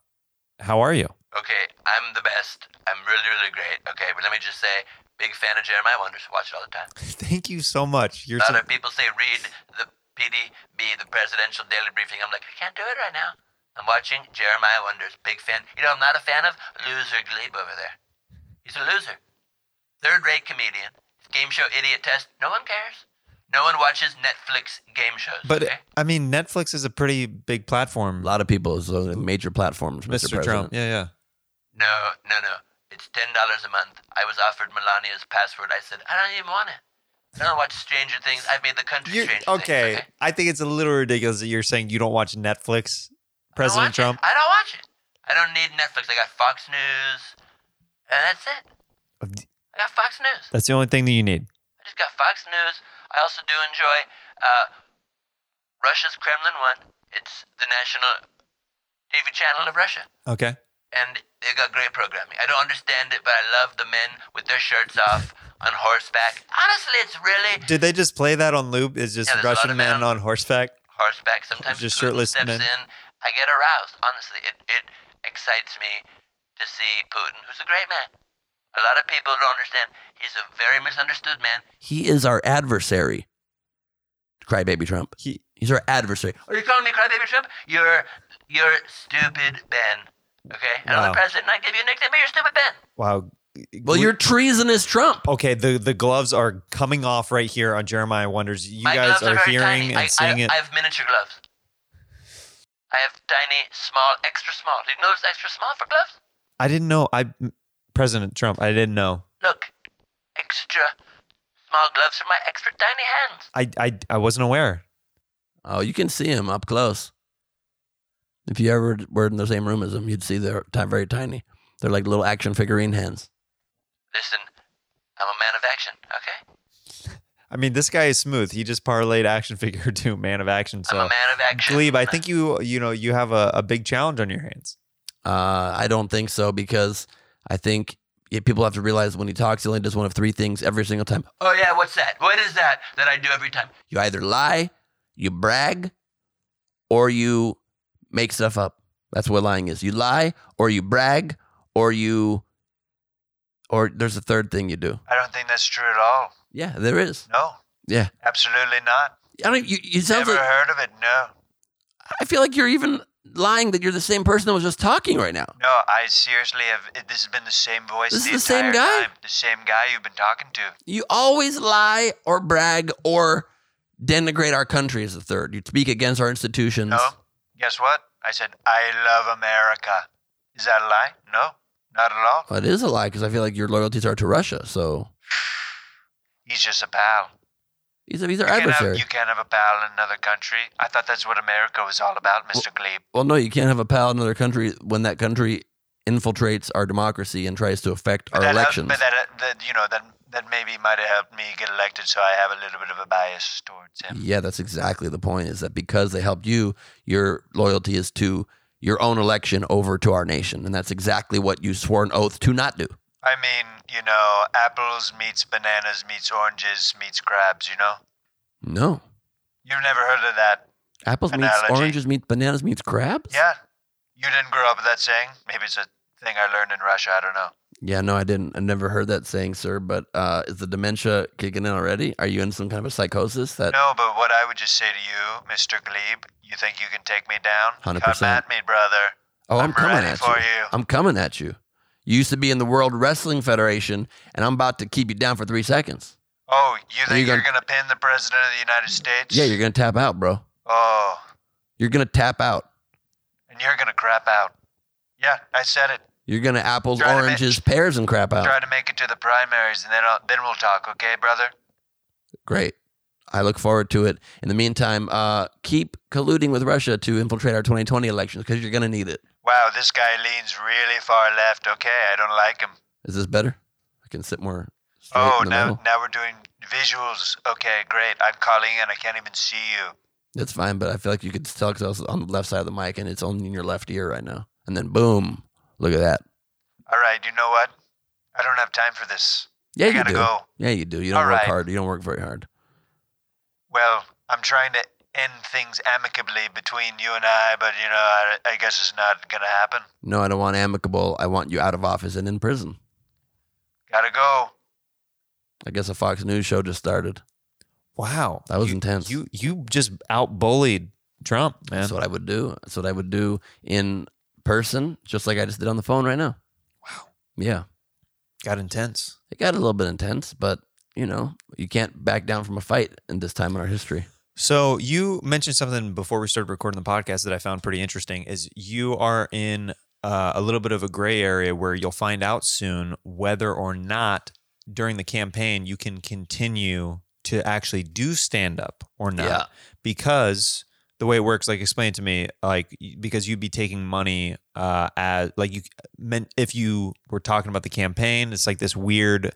Speaker 4: how are you?
Speaker 8: Okay, I'm the best. I'm really, really great. Okay, but let me just say, big fan of Jeremiah Wonders. Watch it all the time.
Speaker 4: Thank you so much. You're
Speaker 8: A lot of people say read the PDB, the Presidential Daily Briefing. I'm like, I can't do it right now. I'm watching Jeremiah Wonders. Big fan. You know, I'm not a fan of loser Glebe over there. He's a loser. Third-rate comedian. Game show idiot test. No one cares. No one watches Netflix game shows.
Speaker 4: but
Speaker 8: okay?
Speaker 4: I mean, Netflix is a pretty big
Speaker 5: a
Speaker 4: platform,
Speaker 5: lot of people is on the major platforms, Mr.
Speaker 4: Mr.
Speaker 5: President.
Speaker 4: Trump. Yeah, yeah.
Speaker 8: No, no, no. It's ten dollars a month. I was offered Melania's password. I said, I don't even want it. I don't watch Stranger Things. I've made the country
Speaker 4: You're-
Speaker 8: Stranger Things.
Speaker 4: okay. I think it's a little ridiculous that you're saying you don't watch Netflix,
Speaker 8: I don't
Speaker 4: President
Speaker 8: watch
Speaker 4: Trump.
Speaker 8: It. I don't watch it. I don't need Netflix. I got Fox News, and that's it. I got Fox News.
Speaker 4: That's the only thing that you need.
Speaker 8: I just got Fox News. I also do enjoy uh, Russia's Kremlin One. It's the national TV channel of Russia.
Speaker 4: Okay.
Speaker 8: and they got great programming. I don't understand it, but I love the men with their shirts off on horseback. Honestly, it's really
Speaker 4: Did they just play that on loop? Is just
Speaker 8: Yeah, there's a lot
Speaker 4: Russian
Speaker 8: of
Speaker 4: men
Speaker 8: men on-
Speaker 4: on horseback?
Speaker 8: horseback. Sometimes
Speaker 4: Just
Speaker 8: Putin
Speaker 4: shirtless
Speaker 8: steps
Speaker 4: men.
Speaker 8: in. I get aroused. Honestly, it it excites me to see Putin, who's a great man. A lot of people don't understand. He's a very misunderstood man.
Speaker 5: He is our adversary. Crybaby Trump.
Speaker 4: He-
Speaker 5: He's our adversary.
Speaker 8: Are you calling me crybaby Trump? You're you're stupid Ben. Okay, and I'm
Speaker 4: Wow.
Speaker 8: the president, and I give you a nickname, but you're stupid Ben.
Speaker 4: Wow.
Speaker 5: Well, you're treasonous Trump.
Speaker 4: okay. The the gloves are coming off right here on Jeremiah Wonders. You
Speaker 8: My
Speaker 4: guys
Speaker 8: gloves
Speaker 4: are,
Speaker 8: very
Speaker 4: hearing
Speaker 8: tiny.
Speaker 4: and
Speaker 8: I,
Speaker 4: seeing
Speaker 8: I,
Speaker 4: it.
Speaker 8: I have miniature gloves. I have tiny, small, extra small. Do you know it's extra small for gloves?
Speaker 4: I didn't know. I President Trump. I didn't know.
Speaker 8: Look, extra small gloves for my extra tiny hands.
Speaker 4: I I, I wasn't aware.
Speaker 5: Oh, you can see him up close. If you ever were in the same room as him, you'd see they're ti- very tiny. They're like little action figurine hands.
Speaker 8: Listen, I'm a man of action, okay?
Speaker 4: I mean, this guy is smooth. He just parlayed action figure to man of action. So,
Speaker 8: I'm a man of action.
Speaker 4: Glebe, I think you you know you have a, a big challenge on your hands.
Speaker 5: Uh, I don't think so because I think yeah, people have to realize when he talks, he only does one of three things every single time.
Speaker 8: Oh yeah, what's that? What is that that I do every time?
Speaker 5: You either lie, you brag, or you make stuff up. That's what lying is. You lie, or you brag, or you, or there's a third thing you do.
Speaker 8: I don't think that's true at all.
Speaker 5: Yeah, there is.
Speaker 8: No,
Speaker 5: Yeah,
Speaker 8: absolutely not.
Speaker 5: I don't. You, you sounds
Speaker 8: Never
Speaker 5: like
Speaker 8: heard of it. No,
Speaker 5: I feel like you're even lying that you're the same person that was just talking right now.
Speaker 8: no. I seriously have. It, this has been the same voice.
Speaker 5: This
Speaker 8: the
Speaker 5: is the same
Speaker 8: entire
Speaker 5: guy?
Speaker 8: Time. The same guy you've been talking to.
Speaker 5: You always lie or brag or denigrate our country as the third. You speak against our institutions.
Speaker 8: No. Guess what? I said I love America. Is that a lie? No, not at all.
Speaker 5: Well, it is a lie because I feel like your loyalties are to Russia. So
Speaker 8: He's just a pal.
Speaker 5: he's, he's our
Speaker 8: You can't, have,
Speaker 5: adversary.
Speaker 8: you can't have a pal in another country. I thought that's what America was all about, Mr. Glebe.
Speaker 5: well, no, you can't have a pal in another country when that country infiltrates our democracy and tries to affect our
Speaker 8: that, uh,
Speaker 5: elections.
Speaker 8: But that, uh, that, you know, that that maybe might have helped me get elected, so I have a little bit of a bias towards him.
Speaker 5: yeah, that's exactly the point is that because they helped you, your loyalty is to your own election over to our nation. And that's exactly what you swore an oath to not do.
Speaker 8: I mean, you know, apples meets bananas meets oranges meets crabs. You know,
Speaker 5: No.
Speaker 8: you've never heard of that.
Speaker 5: Apples
Speaker 8: Analogy.
Speaker 5: meets oranges meets bananas meets crabs?
Speaker 8: Yeah, you didn't grow up with that saying. Maybe it's a thing I learned in Russia. I don't know.
Speaker 5: Yeah, no, I didn't. I never heard that saying, sir. But uh, is the dementia kicking in already? Are you in some kind of a psychosis? That
Speaker 8: No, but what I would just say to you, Mr. Glebe, you think you can take me down?
Speaker 5: 100%.
Speaker 8: Come at me, brother.
Speaker 5: oh, I'm,
Speaker 8: I'm
Speaker 5: coming
Speaker 8: ready
Speaker 5: at
Speaker 8: for
Speaker 5: you.
Speaker 8: you.
Speaker 5: I'm coming at you. You used to be in the World Wrestling Federation, and I'm about to keep you down for three seconds.
Speaker 8: Oh, you
Speaker 5: you
Speaker 8: think you are
Speaker 5: gonna-
Speaker 8: gonna pin the president of the United States?
Speaker 5: Yeah, you're gonna tap out, bro.
Speaker 8: Oh,
Speaker 5: You're gonna tap out.
Speaker 8: and you're gonna crap out. Yeah, I said it.
Speaker 5: You're gonna apples,
Speaker 8: Try to ma-
Speaker 5: oranges, pears, and crap out.
Speaker 8: Try to make it to the primaries, and then I'll, then we'll talk, okay, brother?
Speaker 5: Great. I look forward to it. In the meantime, uh, keep colluding with Russia to infiltrate our 2020 elections because you're gonna need it.
Speaker 8: Wow, this guy leans really far left. Okay, I don't like him.
Speaker 5: Is this better? I can sit more. straight
Speaker 8: Oh,
Speaker 5: in the middle.
Speaker 8: now now we're doing visuals. Okay, great. I'm calling in. I can't even see you.
Speaker 5: That's fine, but I feel like you could tell because I was on the left side of the mic and it's only in your left ear right now. And then boom, look at that.
Speaker 8: All right, you know what? I don't have time for this.
Speaker 5: Yeah,
Speaker 8: I
Speaker 5: you
Speaker 8: gotta
Speaker 5: do.
Speaker 8: go.
Speaker 5: Yeah, you do. You don't
Speaker 8: All
Speaker 5: work
Speaker 8: right.
Speaker 5: hard. You don't work very hard.
Speaker 8: Well, I'm trying to end things amicably between you and I, but you know, I, I guess it's not gonna happen.
Speaker 5: No, I don't want amicable. I want you out of office and in prison.
Speaker 8: Gotta go.
Speaker 5: I guess a Fox News show just started.
Speaker 4: Wow,
Speaker 5: That was
Speaker 4: You-
Speaker 5: intense.
Speaker 4: You you just out bullied Trump, man.
Speaker 5: That's what I would do. That's what I would do in person, just like I just did on the phone right now.
Speaker 4: Wow.
Speaker 5: Yeah.
Speaker 4: Got intense.
Speaker 5: It got a little bit intense, but you know, you can't back down from a fight in this time in our history.
Speaker 4: So you mentioned something before we started recording the podcast that I found pretty interesting. Is you are in uh, a little bit of a gray area where you'll find out soon whether or not during the campaign you can continue to actually do stand up or not
Speaker 5: Yeah.
Speaker 4: because the way it works like explain to me like y- because you'd be taking money uh as like you meant if you were talking about the campaign it's like this weird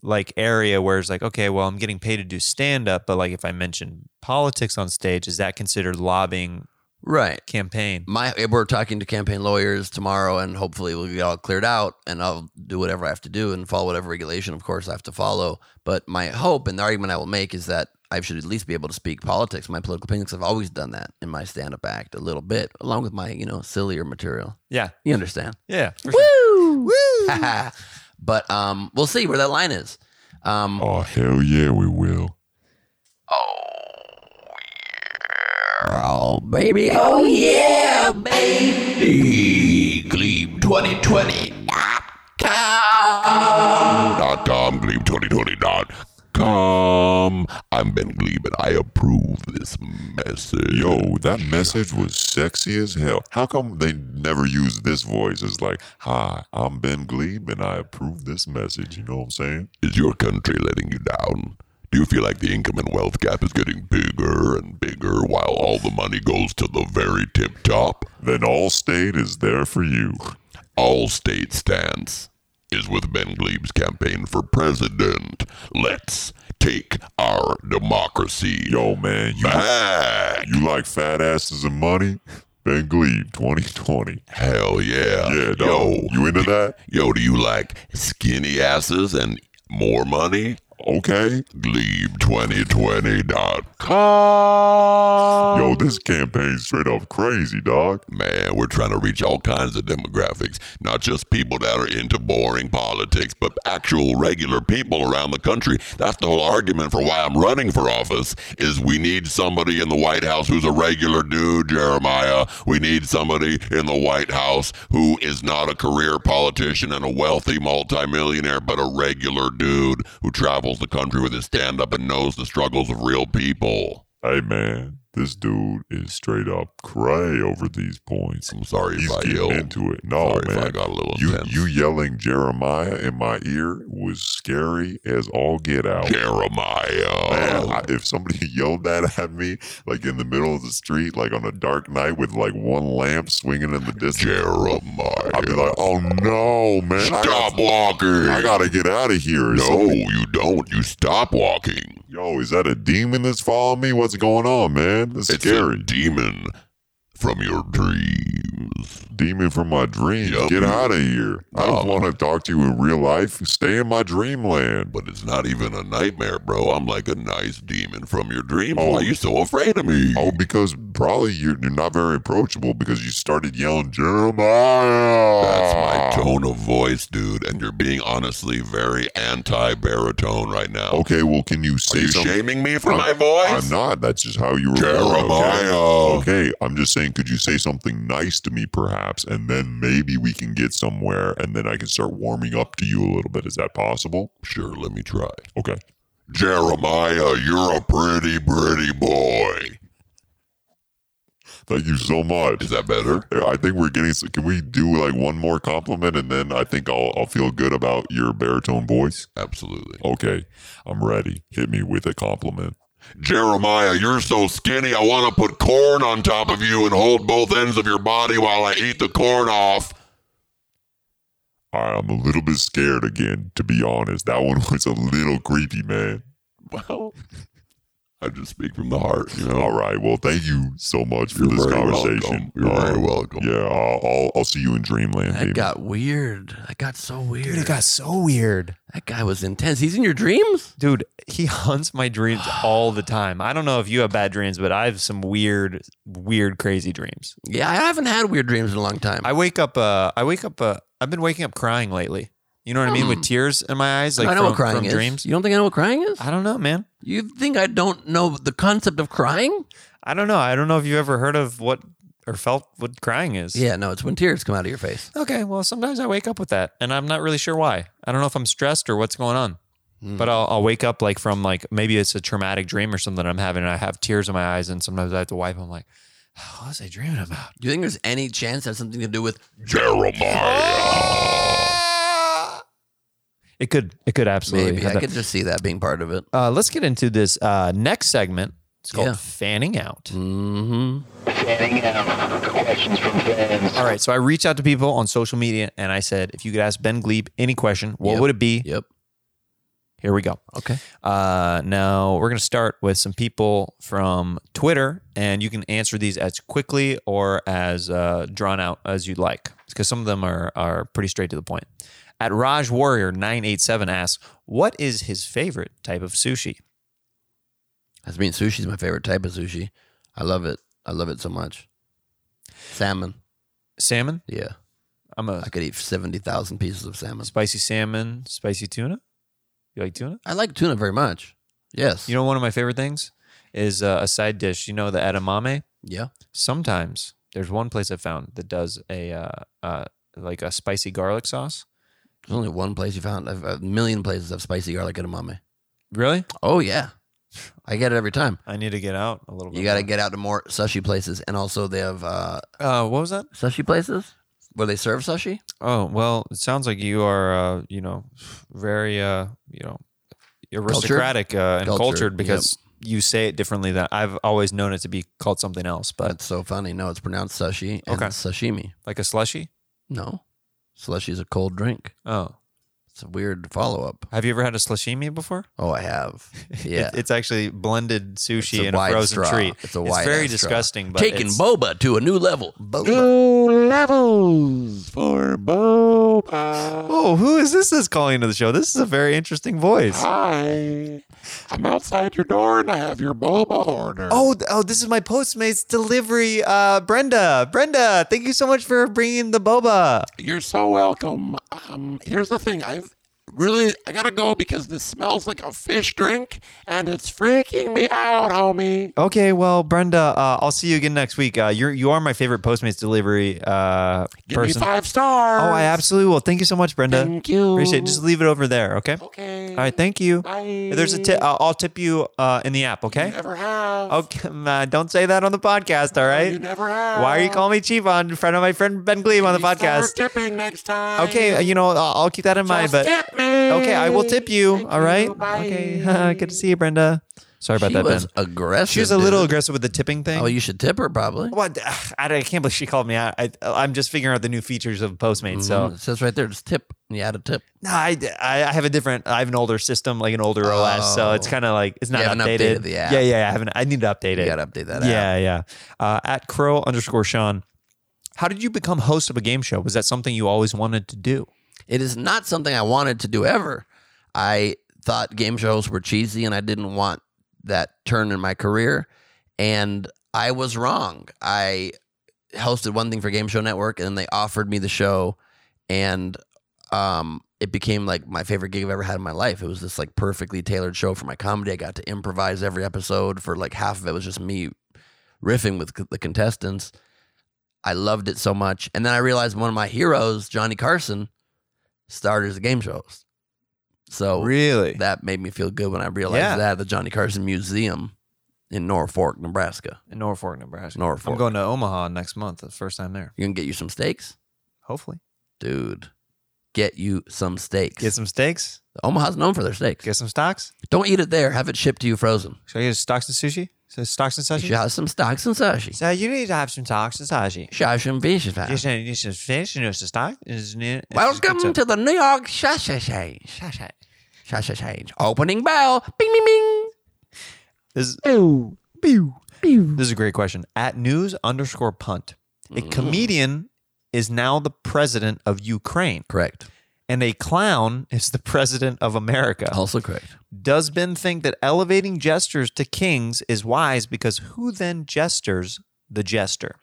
Speaker 4: like area where it's like okay well i'm getting paid to do stand up but like if i mention politics on stage is that considered lobbying
Speaker 5: Right.
Speaker 4: campaign
Speaker 5: my eh, we're talking to campaign lawyers tomorrow and hopefully we'll get all cleared out and I'll do whatever I have to do and follow whatever regulation of course I have to follow but my hope and the argument I will make is that I should at least be able to speak politics my political opinions I've always done that in my stand up act a little bit along with my you know sillier material
Speaker 4: yeah
Speaker 5: you understand
Speaker 4: yeah for sure.
Speaker 5: woo woo but um we'll see where that line is um
Speaker 7: Oh, hell yeah, we will.
Speaker 5: Oh, baby. Oh, yeah, baby. Glebe2020.com.
Speaker 7: Dot com, Glebe 2020 dot com. I'm Ben Glebe and I approve this message. Yo, that message was sexy as hell. How come they never use this voice? It's like, hi, I'm Ben Glebe and I approve this message. You know what I'm saying?
Speaker 2: Is your country letting you down? Do you feel like the income and wealth gap is getting bigger and bigger while all the money goes to the very tip top?
Speaker 7: Then Allstate is there for you.
Speaker 2: All state stance is with Ben Glebe's campaign for president. Let's take our democracy
Speaker 7: Yo, man, you,
Speaker 2: back.
Speaker 7: you like fat asses and money? Ben Glebe 2020.
Speaker 2: Hell yeah.
Speaker 7: Yeah, dog. You into that?
Speaker 2: Yo, do you like skinny asses and more money?
Speaker 7: Okay.
Speaker 2: Glebe2020.com.
Speaker 7: Yo, this campaign's straight up crazy, dog.
Speaker 2: Man, we're trying to reach all kinds of demographics, not just people that are into boring politics, but actual regular people around the country. That's the whole argument for why I'm running for office is we need somebody in the White House who's a regular dude, Jeremiah. We need somebody in the White House who is not a career politician and a wealthy multimillionaire, but a regular dude who travels the country with his stand up and knows the struggles of real people.
Speaker 7: Hey, man, this dude is straight up cray over these points.
Speaker 2: I'm sorry
Speaker 7: He's
Speaker 2: if I
Speaker 7: getting
Speaker 2: yelled.
Speaker 7: into it. No,
Speaker 2: sorry
Speaker 7: man.
Speaker 2: if I got a little
Speaker 7: You,
Speaker 2: intense.
Speaker 7: you yelling Jeremiah in my ear was scary as all get out.
Speaker 2: Jeremiah.
Speaker 7: Man, I, if somebody yelled that at me, like in the middle of the street, like on a dark night with like one lamp swinging in the distance,
Speaker 2: Jeremiah.
Speaker 7: I'd be like, oh no, man. I
Speaker 2: stop
Speaker 7: gotta,
Speaker 2: walking.
Speaker 7: I gotta get out of here.
Speaker 2: no,
Speaker 7: Somebody-
Speaker 2: you don't. You stop walking.
Speaker 7: Yo, is that a demon that's following me? What's going on, man? That's
Speaker 2: It's
Speaker 7: scary.
Speaker 2: a demon from your dreams.
Speaker 7: demon from my dreams.
Speaker 2: Yup.
Speaker 7: Get out of here. I don't
Speaker 2: Oh.
Speaker 7: want to talk to you in real life. Stay in my dreamland.
Speaker 2: But it's not even a nightmare, bro. I'm like a nice demon from your dreams.
Speaker 7: Oh.
Speaker 2: Why are you so afraid of me?
Speaker 7: Oh, because probably you're, you're not very approachable because you started yelling, Jeremiah.
Speaker 2: That's my tone of voice, dude. And you're being honestly very anti-baritone right now.
Speaker 7: Okay, well, can you
Speaker 2: Are
Speaker 7: say
Speaker 2: you
Speaker 7: something?
Speaker 2: shaming me for
Speaker 7: I'm-
Speaker 2: my voice?
Speaker 7: I'm not. That's just how you were. born,
Speaker 2: Jeremiah.
Speaker 7: Okay? okay, I'm just saying, could you say something nice to me, perhaps? And then maybe we can get somewhere and then I can start warming up to you a little bit. Is that possible?
Speaker 2: Sure, let me try.
Speaker 7: Okay.
Speaker 2: Jeremiah, you're a pretty, pretty boy.
Speaker 7: Thank you so much.
Speaker 2: Is that better?
Speaker 7: Yeah, I think we're getting. so- Can we do like one more compliment and then I think I'll, I'll feel good about your baritone voice?
Speaker 2: Absolutely.
Speaker 7: Okay, I'm ready. Hit me with a compliment.
Speaker 2: Jeremiah, you're so skinny. I want to put corn on top of you and hold both ends of your body while I eat the corn off.
Speaker 7: All right, I'm a little bit scared again, to be honest. That one was a little creepy, man.
Speaker 2: Well, I just speak from the heart, you know.
Speaker 7: All right, well, thank you so much for
Speaker 2: You're
Speaker 7: this
Speaker 2: very welcome.
Speaker 7: conversation.
Speaker 2: You're
Speaker 7: Uh,
Speaker 2: very welcome.
Speaker 7: Yeah, I'll, I'll, I'll see you in Dreamland.
Speaker 5: That
Speaker 7: baby.
Speaker 5: got weird. That got so weird.
Speaker 4: Dude, it got so weird.
Speaker 5: that guy was intense. He's in your dreams?
Speaker 4: Dude, he haunts my dreams all the time. I don't know if you have bad dreams, but I have some weird, weird, crazy dreams.
Speaker 5: Yeah, I haven't had weird dreams in a long time.
Speaker 4: I wake up. Uh, I wake up. Uh, I've been waking up crying lately. You know what I mean? With tears in my eyes, like
Speaker 5: Hmm. I know
Speaker 4: from,
Speaker 5: what crying
Speaker 4: from
Speaker 5: is.
Speaker 4: dreams.
Speaker 5: You don't think I know what crying is?
Speaker 4: I don't know, man.
Speaker 5: You think I don't know the concept of crying?
Speaker 4: I don't know. I don't know if you've ever heard of what or felt what crying is.
Speaker 5: Yeah, no, it's when tears come out of your face.
Speaker 4: Okay. Well, sometimes I wake up with that, and I'm not really sure why. I don't know if I'm stressed or what's going on.
Speaker 5: Hmm.
Speaker 4: But I'll, I'll wake up like from like maybe it's a traumatic dream or something I'm having, and I have tears in my eyes, and sometimes I have to wipe. them. I'm like, "Oh, what was I dreaming about?
Speaker 5: Do you think there's any chance that has something to do with
Speaker 2: Jeremiah.
Speaker 4: It could. It could absolutely.
Speaker 5: maybe?
Speaker 4: have
Speaker 5: I
Speaker 4: that.
Speaker 5: could just see that being part of it.
Speaker 4: uh, let's get into this uh, next segment. It's called
Speaker 5: Yeah.
Speaker 4: fanning out.
Speaker 5: Mm-hmm.
Speaker 4: All right, so I reached out to people on social media and I said, if you could ask Ben Glebe any question, what
Speaker 5: Yep.
Speaker 4: would it be?
Speaker 5: Yep.
Speaker 4: Here we go.
Speaker 5: Okay.
Speaker 4: Uh, now we're gonna start with some people from Twitter, and you can answer these as quickly or as uh, drawn out as you'd like, because some of them are are pretty straight to the point. At Raj Warrior nine eight seven asks, what is his favorite type of sushi?
Speaker 5: That's mean sushi's my favorite type of sushi. I love it. I love it so much. Salmon.
Speaker 4: Salmon.
Speaker 5: Yeah.
Speaker 4: I'm a
Speaker 5: I could eat 70,000 pieces of salmon.
Speaker 4: spicy salmon, spicy tuna. You like tuna?
Speaker 5: I like tuna very much. Yes.
Speaker 4: You know, one of my favorite things is uh, a side dish. You know, the edamame.
Speaker 5: yeah.
Speaker 4: sometimes there's one place I found that does a uh, uh, like a spicy garlic sauce.
Speaker 5: There's only one place you found. I've, a million places have spicy garlic edamame.
Speaker 4: Really?
Speaker 5: Oh, yeah. I get it every time.
Speaker 4: I need to get out a little bit.
Speaker 5: You got to
Speaker 4: more.
Speaker 5: get out to more sushi places. And also, they have uh,
Speaker 4: Uh, what was that?
Speaker 5: sushi places where they serve sushi.
Speaker 4: Oh well, it sounds like you are uh, you know very uh, you know aristocratic uh, and
Speaker 5: Cultured,
Speaker 4: cultured, because you say it differently. That I've always known it to be called something else, but
Speaker 5: That's so funny. No, it's pronounced sushi and
Speaker 4: Okay.
Speaker 5: sashimi.
Speaker 4: like a slushy.
Speaker 5: No. Slushy is a cold drink.
Speaker 4: Oh,
Speaker 5: It's a weird follow up.
Speaker 4: Have you ever had a slashimi before?
Speaker 5: Oh, I have. Yeah.
Speaker 4: It- it's actually blended
Speaker 5: It's
Speaker 4: sushi
Speaker 5: a
Speaker 4: and a
Speaker 5: wide
Speaker 4: frozen
Speaker 5: straw.
Speaker 4: treat.
Speaker 5: It's a wide
Speaker 4: very
Speaker 5: ass straw.
Speaker 4: disgusting, but
Speaker 5: taking
Speaker 4: it's-
Speaker 5: boba to a new level. Boba.
Speaker 2: Two levels for Boba.
Speaker 4: Oh, who is this that's calling into the show? This is a very interesting voice.
Speaker 2: Hi. I'm outside your door and I have your Boba order.
Speaker 4: Oh, th- oh, this is my Postmates delivery. Uh, Brenda, Brenda, thank you so much for bringing the boba.
Speaker 2: You're so welcome. Um, here's the thing. I've really I gotta go because this smells like a fish drink and it's freaking me out, homie.
Speaker 4: Okay, well, Brenda, uh, I'll see you again next week. Uh, you're you are my favorite Postmates delivery uh,
Speaker 2: Give
Speaker 4: person.
Speaker 2: me five stars.
Speaker 4: Oh, I absolutely will. Thank you so much, Brenda.
Speaker 2: Thank you.
Speaker 4: Appreciate it. Just leave it over there, okay? All
Speaker 2: Okay.
Speaker 4: right, thank you.
Speaker 2: Bye.
Speaker 4: If There's a tip. Uh, I'll tip you uh, in the app, okay?
Speaker 2: You never have.
Speaker 4: Okay, uh, don't say that on the podcast, all
Speaker 2: You
Speaker 4: right?
Speaker 2: never have.
Speaker 4: Why are you calling me cheap on in front of my friend Ben Glebe on the
Speaker 2: Start
Speaker 4: podcast?
Speaker 2: tipping next time.
Speaker 4: Okay, uh, you know, I'll I'll keep that in mind, but
Speaker 2: Just tip me.
Speaker 4: okay, I will tip you,
Speaker 2: Thank
Speaker 4: all right?
Speaker 2: you. Bye.
Speaker 4: Okay, good to see you, Brenda. Sorry about
Speaker 5: she
Speaker 4: that,
Speaker 5: was
Speaker 4: Ben.
Speaker 5: aggressive.
Speaker 4: She was a little
Speaker 5: dude.
Speaker 4: aggressive with the tipping thing.
Speaker 5: Oh, you should tip her probably.
Speaker 4: What? Ugh, I, I can't believe she called me out. I, I'm just figuring out the new features of Postmates.
Speaker 5: Mhm.
Speaker 4: So
Speaker 5: it says right there, just tip. You add a tip.
Speaker 4: no, I, I I have a different. I have an older system, like an older OS. So it's
Speaker 5: Oh.
Speaker 4: kind of like it's
Speaker 5: You
Speaker 4: not
Speaker 5: haven't
Speaker 4: updated.
Speaker 5: updated the app.
Speaker 4: Yeah, yeah. I haven't. I need to update
Speaker 5: You
Speaker 4: it.
Speaker 5: gotta update that. app.
Speaker 4: yeah, yeah. Uh, at crow underscore Sean, how did you become host of a game show? Was that something you always wanted to do?
Speaker 5: It is not something I wanted to do ever. I thought game shows were cheesy and I didn't want that turn in my career. And I was wrong. I hosted one thing for Game Show Network and they offered me the show and um, it became like my favorite gig I've ever had in my life. It was this like perfectly tailored show for my comedy. I got to improvise every episode for like half of it was just me riffing with c- the contestants. I loved it so much. And then I realized one of my heroes, Johnny Carson, started as a game show host. So
Speaker 4: Really?
Speaker 5: that made me feel good when I realized
Speaker 4: Yeah.
Speaker 5: that at the Johnny Carson Museum in Norfolk, Nebraska.
Speaker 4: In Norfolk, Nebraska.
Speaker 5: Norfolk.
Speaker 4: I'm going to Omaha next month. The first time there.
Speaker 5: You're gonna get you some steaks,
Speaker 4: Hopefully,
Speaker 5: dude. Get you some steaks.
Speaker 4: get some steaks.
Speaker 5: Omaha's known for their steaks.
Speaker 4: Get some stocks.
Speaker 5: Don't eat it there. Have it shipped to you frozen.
Speaker 4: Should I get stocks and sushi? So stocks and
Speaker 5: You
Speaker 4: sushi.
Speaker 5: should have some stocks and sushi.
Speaker 4: So you need to have some stocks and sushi.
Speaker 5: You should have some fish. if I- Welcome to the New York Shasha Change. Shasha Shasha Change. Opening bell. Bing, bing, bing.
Speaker 4: this. This is a great question. At news underscore punt, a
Speaker 5: Mm.
Speaker 4: comedian is now the president of Ukraine,
Speaker 5: Correct.
Speaker 4: and a clown is the president of America.
Speaker 5: Also correct.
Speaker 4: Does Ben think that elevating jesters to kings is wise? Because who then jesters the jester?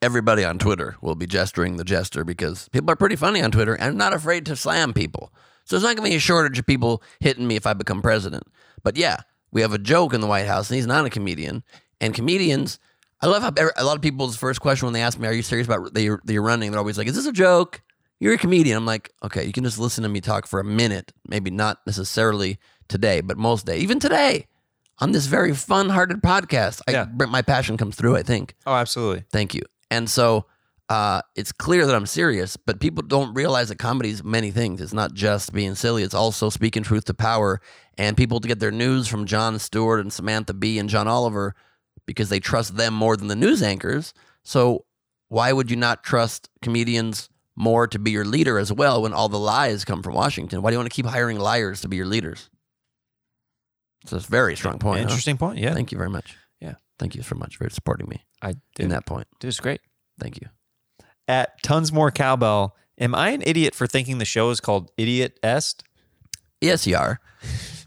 Speaker 5: everybody on Twitter will be gesturing the jester because people are pretty funny on Twitter and not afraid to slam people. So there's not going to be a shortage of people hitting me if I become president. But yeah, we have a joke in the White House, and he's not a comedian. And comedians, I love how every- a lot of people's first question when they ask me, "Are you serious about that you're, that you're running?" They're always like, "Is this a joke?" You're a comedian. I'm like, okay, you can just listen to me talk for a minute, maybe not necessarily today, but most day, even today, on this very fun-hearted podcast. I,
Speaker 4: Yeah.
Speaker 5: my passion comes through. I think.
Speaker 4: Oh, absolutely.
Speaker 5: Thank you. And so uh, it's clear that I'm serious, but people don't realize that comedy is many things. It's not just being silly, it's also speaking truth to power. And people get their news from John Stewart and Samantha Bee and John Oliver because they trust them more than the news anchors. So why would you not trust comedians more to be your leader as well when all the lies come from Washington? Why do you want to keep hiring liars to be your leaders? So it's a very strong point. huh?
Speaker 4: Interesting point. Yeah,
Speaker 5: Thank you very much.
Speaker 4: Yeah.
Speaker 5: Thank you so much for supporting me
Speaker 4: I
Speaker 5: in
Speaker 4: did.
Speaker 5: that point.
Speaker 4: It was great.
Speaker 5: Thank you.
Speaker 4: At tons more cowbell. Am I an idiot for thinking the show is called Idiot Est?
Speaker 5: Yes, you are.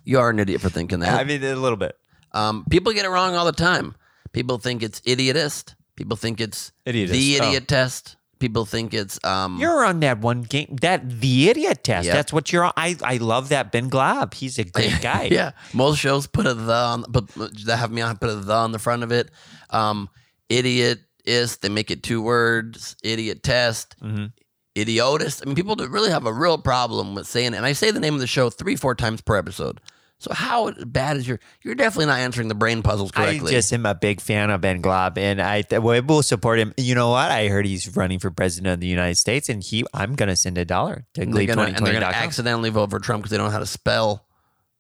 Speaker 5: You are an idiot for thinking
Speaker 4: I
Speaker 5: that.
Speaker 4: mean, a little bit.
Speaker 5: Um, people get it wrong all the time. People think it's idiotist. People think it's
Speaker 4: Idiotist,
Speaker 5: the
Speaker 4: oh.
Speaker 5: idiot test. People think it's um,
Speaker 4: You're on that one game, that the idiot test.
Speaker 5: Yeah.
Speaker 4: That's what you're on. I, I love that Ben Glob. He's a great guy.
Speaker 5: yeah. Most shows put a the on, put they have me on put a the on the front of it. Um, idiot is they make it two words. Idiot test.
Speaker 4: Mhm.
Speaker 5: Idiotist. I mean, people do really have a real problem with saying it. And I say the name of the show three, four times per episode. So how bad is your? You're definitely not answering the brain puzzles correctly.
Speaker 4: I just am a big fan of Ben Glob, and I th- we will support him. You know what? I heard he's running for president of the United States, and he I'm gonna send a dollar to
Speaker 5: And they're
Speaker 4: Glebe
Speaker 5: gonna, and they're
Speaker 4: 2020.
Speaker 5: gonna accidentally vote for Trump because they don't know how to spell.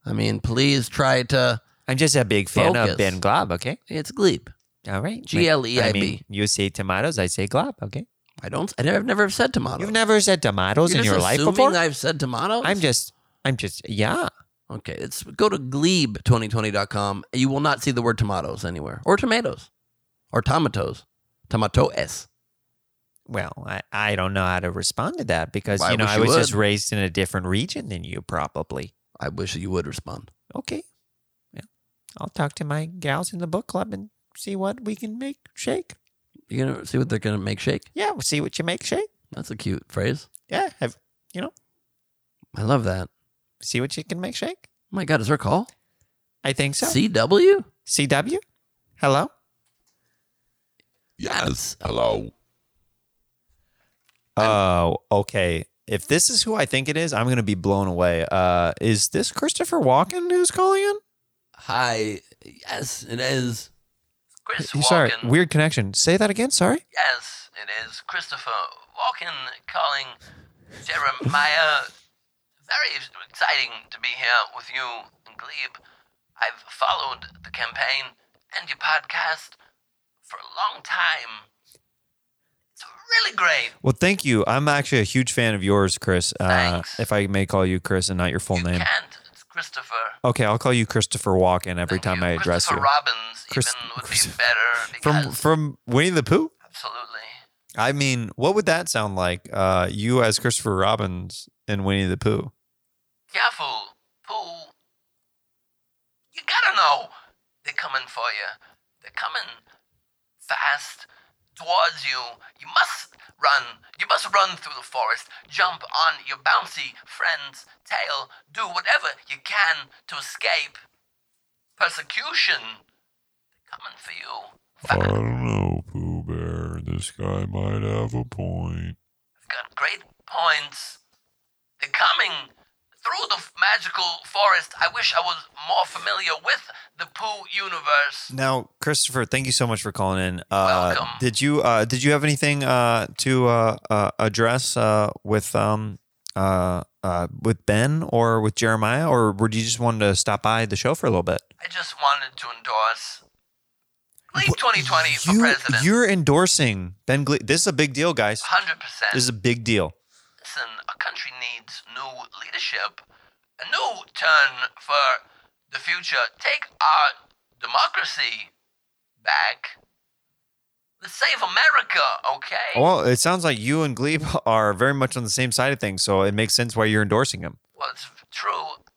Speaker 5: I mean, please try to.
Speaker 4: I'm just a big fan
Speaker 5: Focus.
Speaker 4: of Ben Glob. Okay,
Speaker 5: It's Glebe.
Speaker 4: all right.
Speaker 5: G L E I B.
Speaker 4: I mean, you say tomatoes, I say Glob. Okay,
Speaker 2: I don't. I never, I've never said tomato.
Speaker 4: You've never said tomatoes
Speaker 2: You're
Speaker 4: in
Speaker 2: just
Speaker 4: your life
Speaker 2: assuming
Speaker 4: before.
Speaker 2: I've said tomatoes.
Speaker 4: I'm just, I'm just, yeah.
Speaker 2: okay. It's go to glebe2020.com. You will not see the word tomatoes anywhere, or tomatoes, or tomatoes, tomatoes.
Speaker 4: Well, I, I don't know how to respond to that because
Speaker 2: Why
Speaker 4: you know
Speaker 2: wish
Speaker 4: I
Speaker 2: you
Speaker 4: was just
Speaker 2: would.
Speaker 4: raised in a different region than you probably.
Speaker 2: I wish you would respond.
Speaker 4: Okay, yeah. I'll talk to my gals in the book club and see what we can make shake.
Speaker 2: You gonna see what they're gonna make shake?
Speaker 4: Yeah, we'll see what you make shake.
Speaker 2: That's a cute phrase.
Speaker 4: Yeah, have you know,
Speaker 2: I love that.
Speaker 4: see what you can make shake.
Speaker 2: my God, is her call
Speaker 4: I think so.
Speaker 2: CW?
Speaker 4: CW, hello.
Speaker 7: Yes. Hello.
Speaker 4: Oh, okay. If this is who I think it is, I'm going to be blown away. Uh, is this Christopher Walken who's calling in?
Speaker 2: Hi. Yes, it is.
Speaker 5: Chris
Speaker 4: Hey,
Speaker 5: Walken.
Speaker 4: Sorry, weird connection. Say that again. Sorry.
Speaker 5: Yes, it is Christopher Walken calling Jeremiah. Very exciting to be here with you, Glebe. I've followed the campaign and your podcast for a long time. It's really great.
Speaker 4: Well, thank you. I'm actually a huge fan of yours, Chris. Uh,
Speaker 5: Thanks.
Speaker 4: if I may call you Chris and not your full
Speaker 5: you
Speaker 4: name.
Speaker 5: can't. It's Christopher.
Speaker 4: Okay, I'll call you Christopher Walken every
Speaker 5: Thank
Speaker 4: time
Speaker 5: you.
Speaker 4: I address
Speaker 5: Christopher
Speaker 4: you.
Speaker 5: Robbins
Speaker 4: Chris-
Speaker 5: even would
Speaker 4: Chris-
Speaker 5: be better because
Speaker 4: From from Winnie the Pooh.
Speaker 5: absolutely.
Speaker 4: I mean, what would that sound like? Uh, you as Christopher Robbins and Winnie the Pooh.
Speaker 5: Careful, Pooh. You gotta know. They're coming for you. They're coming fast towards you. You must run. You must run through the forest. Jump on your bouncy friend's tail. Do whatever you can to escape persecution. They're coming for you.
Speaker 7: I don't know, Pooh Bear. This guy might have a point.
Speaker 5: They've got great points. They're coming through the f- magical forest. I wish I was more familiar with the Pooh universe.
Speaker 4: Now, Christopher, thank you so much for calling in. Uh,
Speaker 5: Welcome.
Speaker 4: Did you uh, did you have anything uh, to uh, uh, address uh, with um, uh, uh, with Ben or with Jeremiah, or were you just wanted to stop by the show for a little bit?
Speaker 5: I just wanted to endorse Leave 2020 for president.
Speaker 4: You're endorsing Ben Glee. This is a big deal, guys.
Speaker 5: 100%.
Speaker 4: This is a big deal.
Speaker 5: Listen, our country needs new leadership, a new turn for the future. Take our democracy back. Let's save America, okay?
Speaker 4: Well, it sounds like you and Glebe are very much on the same side of things, so it makes sense why you're endorsing him.
Speaker 5: Well, it's true.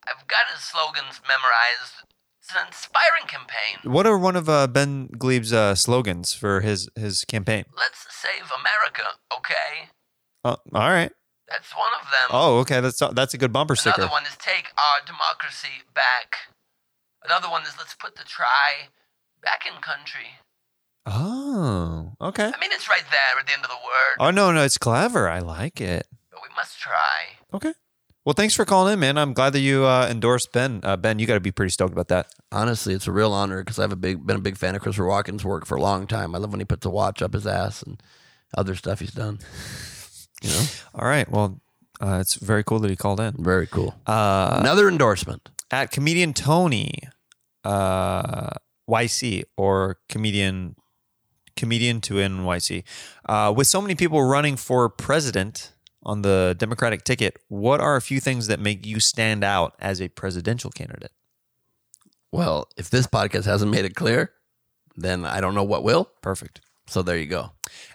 Speaker 5: I've got his slogans memorized. It's an inspiring campaign.
Speaker 4: What are one of uh, Ben Glebe's uh, slogans for his his campaign?
Speaker 5: Let's save America, okay?
Speaker 4: Uh, all right.
Speaker 5: That's one of them.
Speaker 4: Oh, okay. That's that's a good bumper sticker.
Speaker 5: Another one is take our democracy back. Another one is let's put the try back in country.
Speaker 4: Oh, okay.
Speaker 5: I mean, it's right there at the end of the word,
Speaker 4: Oh no, no, it's clever. I like it.
Speaker 5: but we must try.
Speaker 4: Okay. Well, thanks for calling in, man. I'm glad that you uh, endorsed Ben. Uh, ben, you got to be pretty stoked about that.
Speaker 2: Honestly, it's a real honor because I've a big, been a big fan of Christopher Walken's work for a long time. I love when he puts a watch up his ass and other stuff he's done. You know,
Speaker 4: All right. Well, uh, it's very cool that he called in.
Speaker 2: very cool.
Speaker 4: Uh,
Speaker 2: Another endorsement.
Speaker 4: at comedian Tony uh, YC or comedian comedian to NYC. Uh, with so many people running for president on the Democratic ticket, what are a few things that make you stand out as a presidential candidate?
Speaker 2: Well, if this podcast hasn't made it clear, then I don't know what will.
Speaker 4: Perfect.
Speaker 2: So there you go.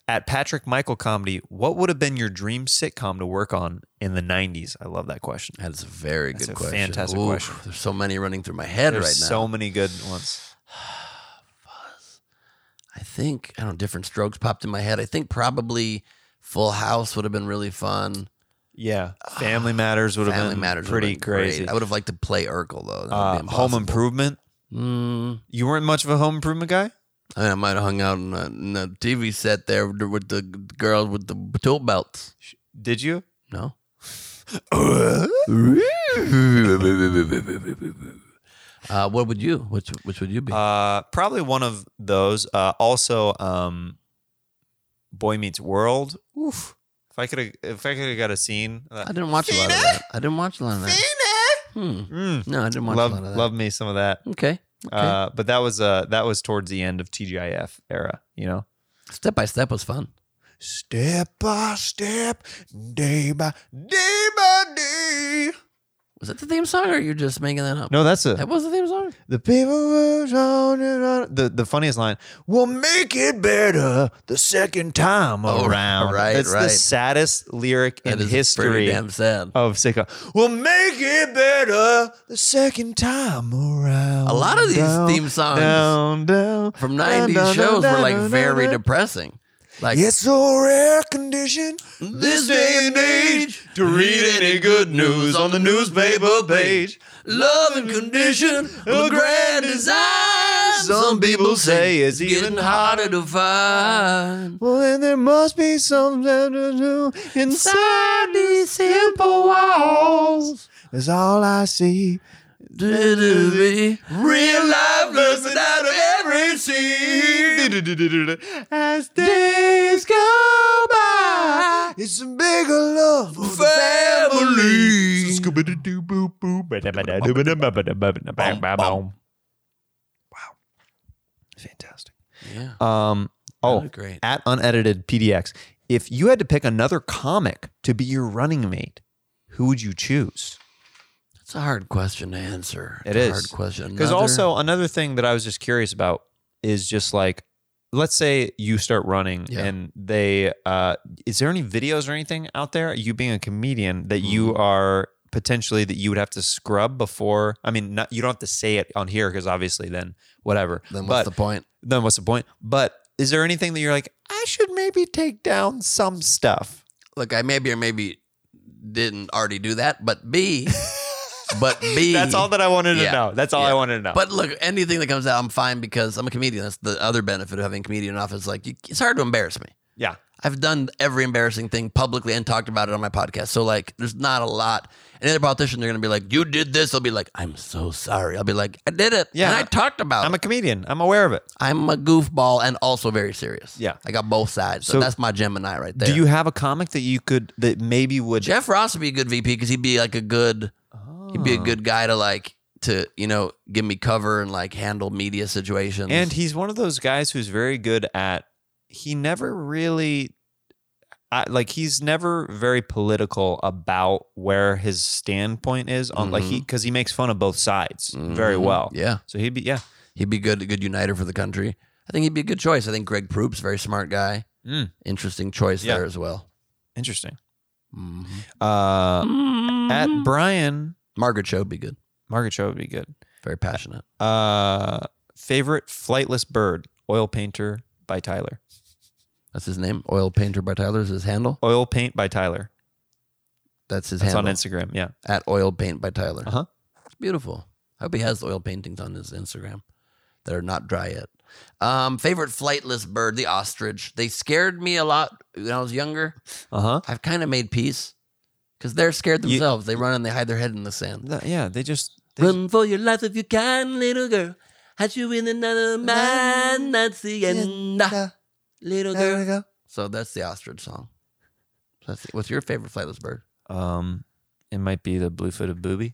Speaker 4: At Patrick Michael Comedy, what would have been your dream sitcom to work on in the 90s? I love that question.
Speaker 2: That's a very
Speaker 4: That's
Speaker 2: good
Speaker 4: a
Speaker 2: question.
Speaker 4: fantastic
Speaker 2: Oof,
Speaker 4: question.
Speaker 2: There's so many running through my head
Speaker 4: There's
Speaker 2: right now.
Speaker 4: so many good ones.
Speaker 2: I think I don't know, different strokes popped in my head. I think probably Full House would have been really fun. Ah,
Speaker 4: Yeah. Family Matters would have
Speaker 2: Family
Speaker 4: been
Speaker 2: Matters would have
Speaker 4: pretty
Speaker 2: been great.
Speaker 4: crazy.
Speaker 2: I would have liked to play Urkel though. That would
Speaker 4: Uh,
Speaker 2: be
Speaker 4: home
Speaker 2: impossible.
Speaker 4: Improvement.
Speaker 2: Mm,
Speaker 4: You weren't much of a Home Improvement guy?
Speaker 2: I, mean, I might have hung out in the, in the TV set there with the girls with the tool belts.
Speaker 4: Did you?
Speaker 2: No. uh, what would you? Which which would you be?
Speaker 4: Uh, probably one of those. Uh, also, um, Boy Meets World. Oof. If I could, if I could have got a scene.
Speaker 2: I
Speaker 4: Uh,
Speaker 2: didn't watch a lot of that. I didn't watch a lot of that. Hmm.
Speaker 4: mm,
Speaker 2: No, I didn't watch
Speaker 4: love,
Speaker 2: a lot of that.
Speaker 4: love me some of that.
Speaker 2: Okay. Okay.
Speaker 4: Uh, but that was uh, that was towards the end of TGIF era. You know.
Speaker 2: Step by step was fun.
Speaker 3: step by step, day by day by day.
Speaker 5: Was that the theme song, or you're just making that up?
Speaker 3: No, that's a
Speaker 5: that was the theme song.
Speaker 3: the people who don't- don't- the the funniest line. We'll make it better the second time
Speaker 5: Oh,
Speaker 3: around.
Speaker 5: right,
Speaker 3: It's the
Speaker 5: right.
Speaker 3: saddest lyric in
Speaker 5: That is
Speaker 3: history
Speaker 5: pretty damn sad.
Speaker 3: of sitcom. We'll make it better the second time around.
Speaker 5: A lot of these
Speaker 3: Down,
Speaker 5: theme songs
Speaker 3: down, down,
Speaker 5: From
Speaker 3: down,
Speaker 5: 90s
Speaker 3: down,
Speaker 5: shows
Speaker 3: down,
Speaker 5: were like
Speaker 3: down,
Speaker 5: very
Speaker 3: down, down.
Speaker 5: depressing. Like
Speaker 3: It's so rare condition
Speaker 5: This day and age to read any good news on the newspaper page. Love and condition of a grand design. Some people say it's even harder to find.
Speaker 3: Well, then there must be something to do inside these simple walls. Is all I see.
Speaker 5: To be real life lesson out of every scene.
Speaker 3: As days go by, it's a bigger love for the family. Wow. Fantastic.
Speaker 5: Yeah.
Speaker 3: Um, oh,
Speaker 5: was great.
Speaker 4: at unedited PDX. If you had to pick another comic to be your running mate, who would you choose?
Speaker 5: It's a hard question to answer. It's
Speaker 4: It
Speaker 5: a
Speaker 4: is.
Speaker 5: hard question.
Speaker 4: Because
Speaker 5: Another-
Speaker 4: also another thing that I was just curious about is just like, let's say you start running
Speaker 5: Yeah.
Speaker 4: and they, uh, is there any videos or anything out there? You being a comedian that you
Speaker 5: Mm-hmm.
Speaker 4: are potentially that you would have to scrub before. I mean, not, you don't have to say it on here because obviously then whatever.
Speaker 5: then
Speaker 4: but
Speaker 5: what's the point?
Speaker 4: then what's the point? But is there anything that you're like, I should maybe take down some stuff?
Speaker 5: Look, I maybe or maybe didn't already do that, but B, but B.
Speaker 4: That's all that I wanted to
Speaker 5: Yeah.
Speaker 4: know. That's all
Speaker 5: Yeah.
Speaker 4: I wanted to know.
Speaker 5: But look, anything that comes out, I'm fine because I'm a comedian. That's the other benefit of having a comedian in office. Like, you, it's hard to embarrass me.
Speaker 4: Yeah.
Speaker 5: I've done every embarrassing thing publicly and talked about it on my podcast. So, like, there's not a lot. Any other politician, they're going to be like, You did this. I'll be like, I'm so sorry. I'll be like, I did it.
Speaker 4: Yeah.
Speaker 5: And I talked about
Speaker 4: I'm
Speaker 5: it.
Speaker 4: a comedian. I'm aware of it.
Speaker 5: I'm a goofball and also very serious.
Speaker 4: Yeah.
Speaker 5: I got both sides. So,
Speaker 4: So-
Speaker 5: that's my Gemini right there.
Speaker 4: Do you have a comic that you could that maybe would Oh.
Speaker 5: Jeff Ross would be a good VP because he'd be like a good, he'd be a good guy to like, to, you know, give me cover and like handle media situations.
Speaker 4: and he's one of those guys who's very good at he never really I, like he's never very political about where his standpoint is on like he because he makes fun of both sides very
Speaker 5: Mhm.
Speaker 4: well.
Speaker 5: Mm-hmm. Yeah.
Speaker 4: So he'd be yeah.
Speaker 5: He'd be good, a good uniter for the country. I think he'd be a good choice. I think Greg Proop's a very smart guy.
Speaker 4: Mm.
Speaker 5: Interesting choice
Speaker 4: Yeah.
Speaker 5: there as well.
Speaker 4: Interesting.
Speaker 5: Mhm.
Speaker 4: Uh at Brian
Speaker 5: Margaret Cho would be good.
Speaker 4: Margaret Show would be good.
Speaker 5: Very passionate.
Speaker 4: Uh favorite flightless bird, oil painter by Tyler.
Speaker 5: That's his name. Oil Painter by Tyler is his handle.
Speaker 4: Oil paint by Tyler.
Speaker 5: That's his
Speaker 4: That's
Speaker 5: handle.
Speaker 4: on Instagram. Yeah.
Speaker 5: At Oil Paint by Tyler.
Speaker 4: Uh-huh.
Speaker 5: It's beautiful. I hope he has oil paintings on his Instagram that are not dry yet. Um, favorite flightless bird, the ostrich. They scared me a lot when I was younger.
Speaker 4: Uh huh.
Speaker 5: I've kind of made peace because they're scared
Speaker 4: You-
Speaker 5: themselves. they run and they hide their head in the sand.
Speaker 4: yeah, they just they
Speaker 5: Run for your life if you can, little girl. Had you in another man, that's the end. Ah, Little girl.
Speaker 3: go.
Speaker 5: So that's the ostrich song. So that's what's your favorite flightless bird?
Speaker 4: Um, it might be the blue-footed booby.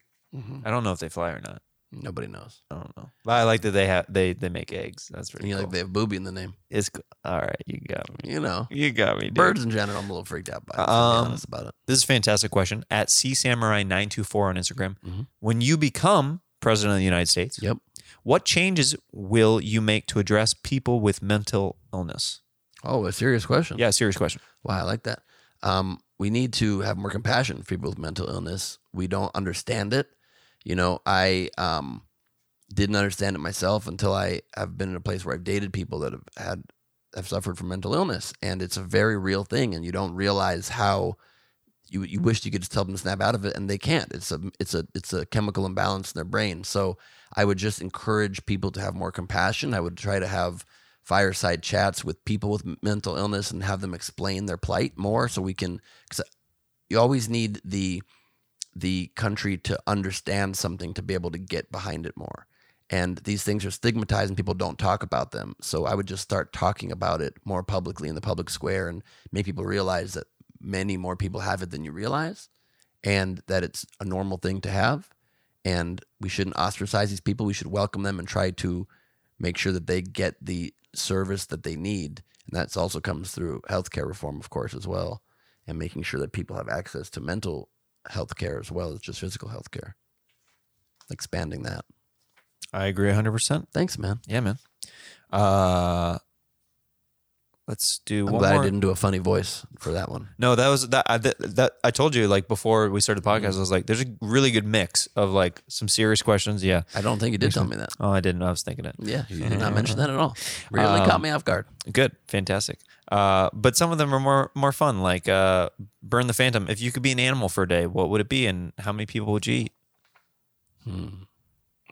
Speaker 4: I don't know if they fly or not.
Speaker 5: Nobody knows.
Speaker 4: I don't know. But I like that they have they they make eggs. That's
Speaker 5: And
Speaker 4: pretty
Speaker 5: you
Speaker 4: cool.
Speaker 5: like they have booby in the name.
Speaker 4: it's cool. all right. You got me.
Speaker 5: You know,
Speaker 4: You got me. Dude.
Speaker 5: birds in general. I'm a little freaked out by. It, so I'll
Speaker 4: Um,
Speaker 5: be honest about it.
Speaker 4: This is a fantastic question. At C Samurai nine two four on Instagram.
Speaker 5: Mhm.
Speaker 4: When you become president of the United States,
Speaker 5: Yep.
Speaker 4: what changes will you make to address people with mental illness?
Speaker 5: Oh, a serious question.
Speaker 4: Yeah, serious question.
Speaker 5: Wow, I like that. Um, we need to have more compassion for people with mental illness. We don't understand it. You know, I um, didn't understand it myself until I have been in a place where I've dated people that have had have suffered from mental illness, and it's a very real thing, and you don't realize how. You, you wish you could just tell them to snap out of it and they can't. It's a it's a it's a chemical imbalance in their brain. So I would just encourage people to have more compassion. I would try to have fireside chats with people with m- mental illness and have them explain their plight more so we can because you always need the the country to understand something to be able to get behind it more and these things are stigmatized and people don't talk about them so i would just start talking about it more publicly in the public square and make people realize that many more people have it than you realize and that it's a normal thing to have and we shouldn't ostracize these people we should welcome them and try to make sure that they get the service that they need And that's also comes through healthcare reform, of course, as well, and making sure that people have access to mental health care as well as just physical health care. Expanding that.
Speaker 4: I agree 100%.
Speaker 5: Thanks, man.
Speaker 4: Yeah, man. Uh, let's do
Speaker 5: I'm
Speaker 4: one
Speaker 5: glad
Speaker 4: more.
Speaker 5: I didn't do a funny voice for that one.
Speaker 4: No, that was that I, that, that I told you like before we started the
Speaker 5: Mm-hmm.
Speaker 4: podcast. I was like, there's a really good mix of like some serious questions. Yeah.
Speaker 5: I don't think you did tell me that.
Speaker 4: Oh, I didn't. I was thinking it.
Speaker 5: Yeah, you did not mention that at all. Really
Speaker 4: Um,
Speaker 5: caught me off guard.
Speaker 4: Good, fantastic. Uh, but some of them are more more fun. Like uh, burn the phantom. If you could be an animal for a day, what would it be, and how many people would you eat?
Speaker 5: Hmm.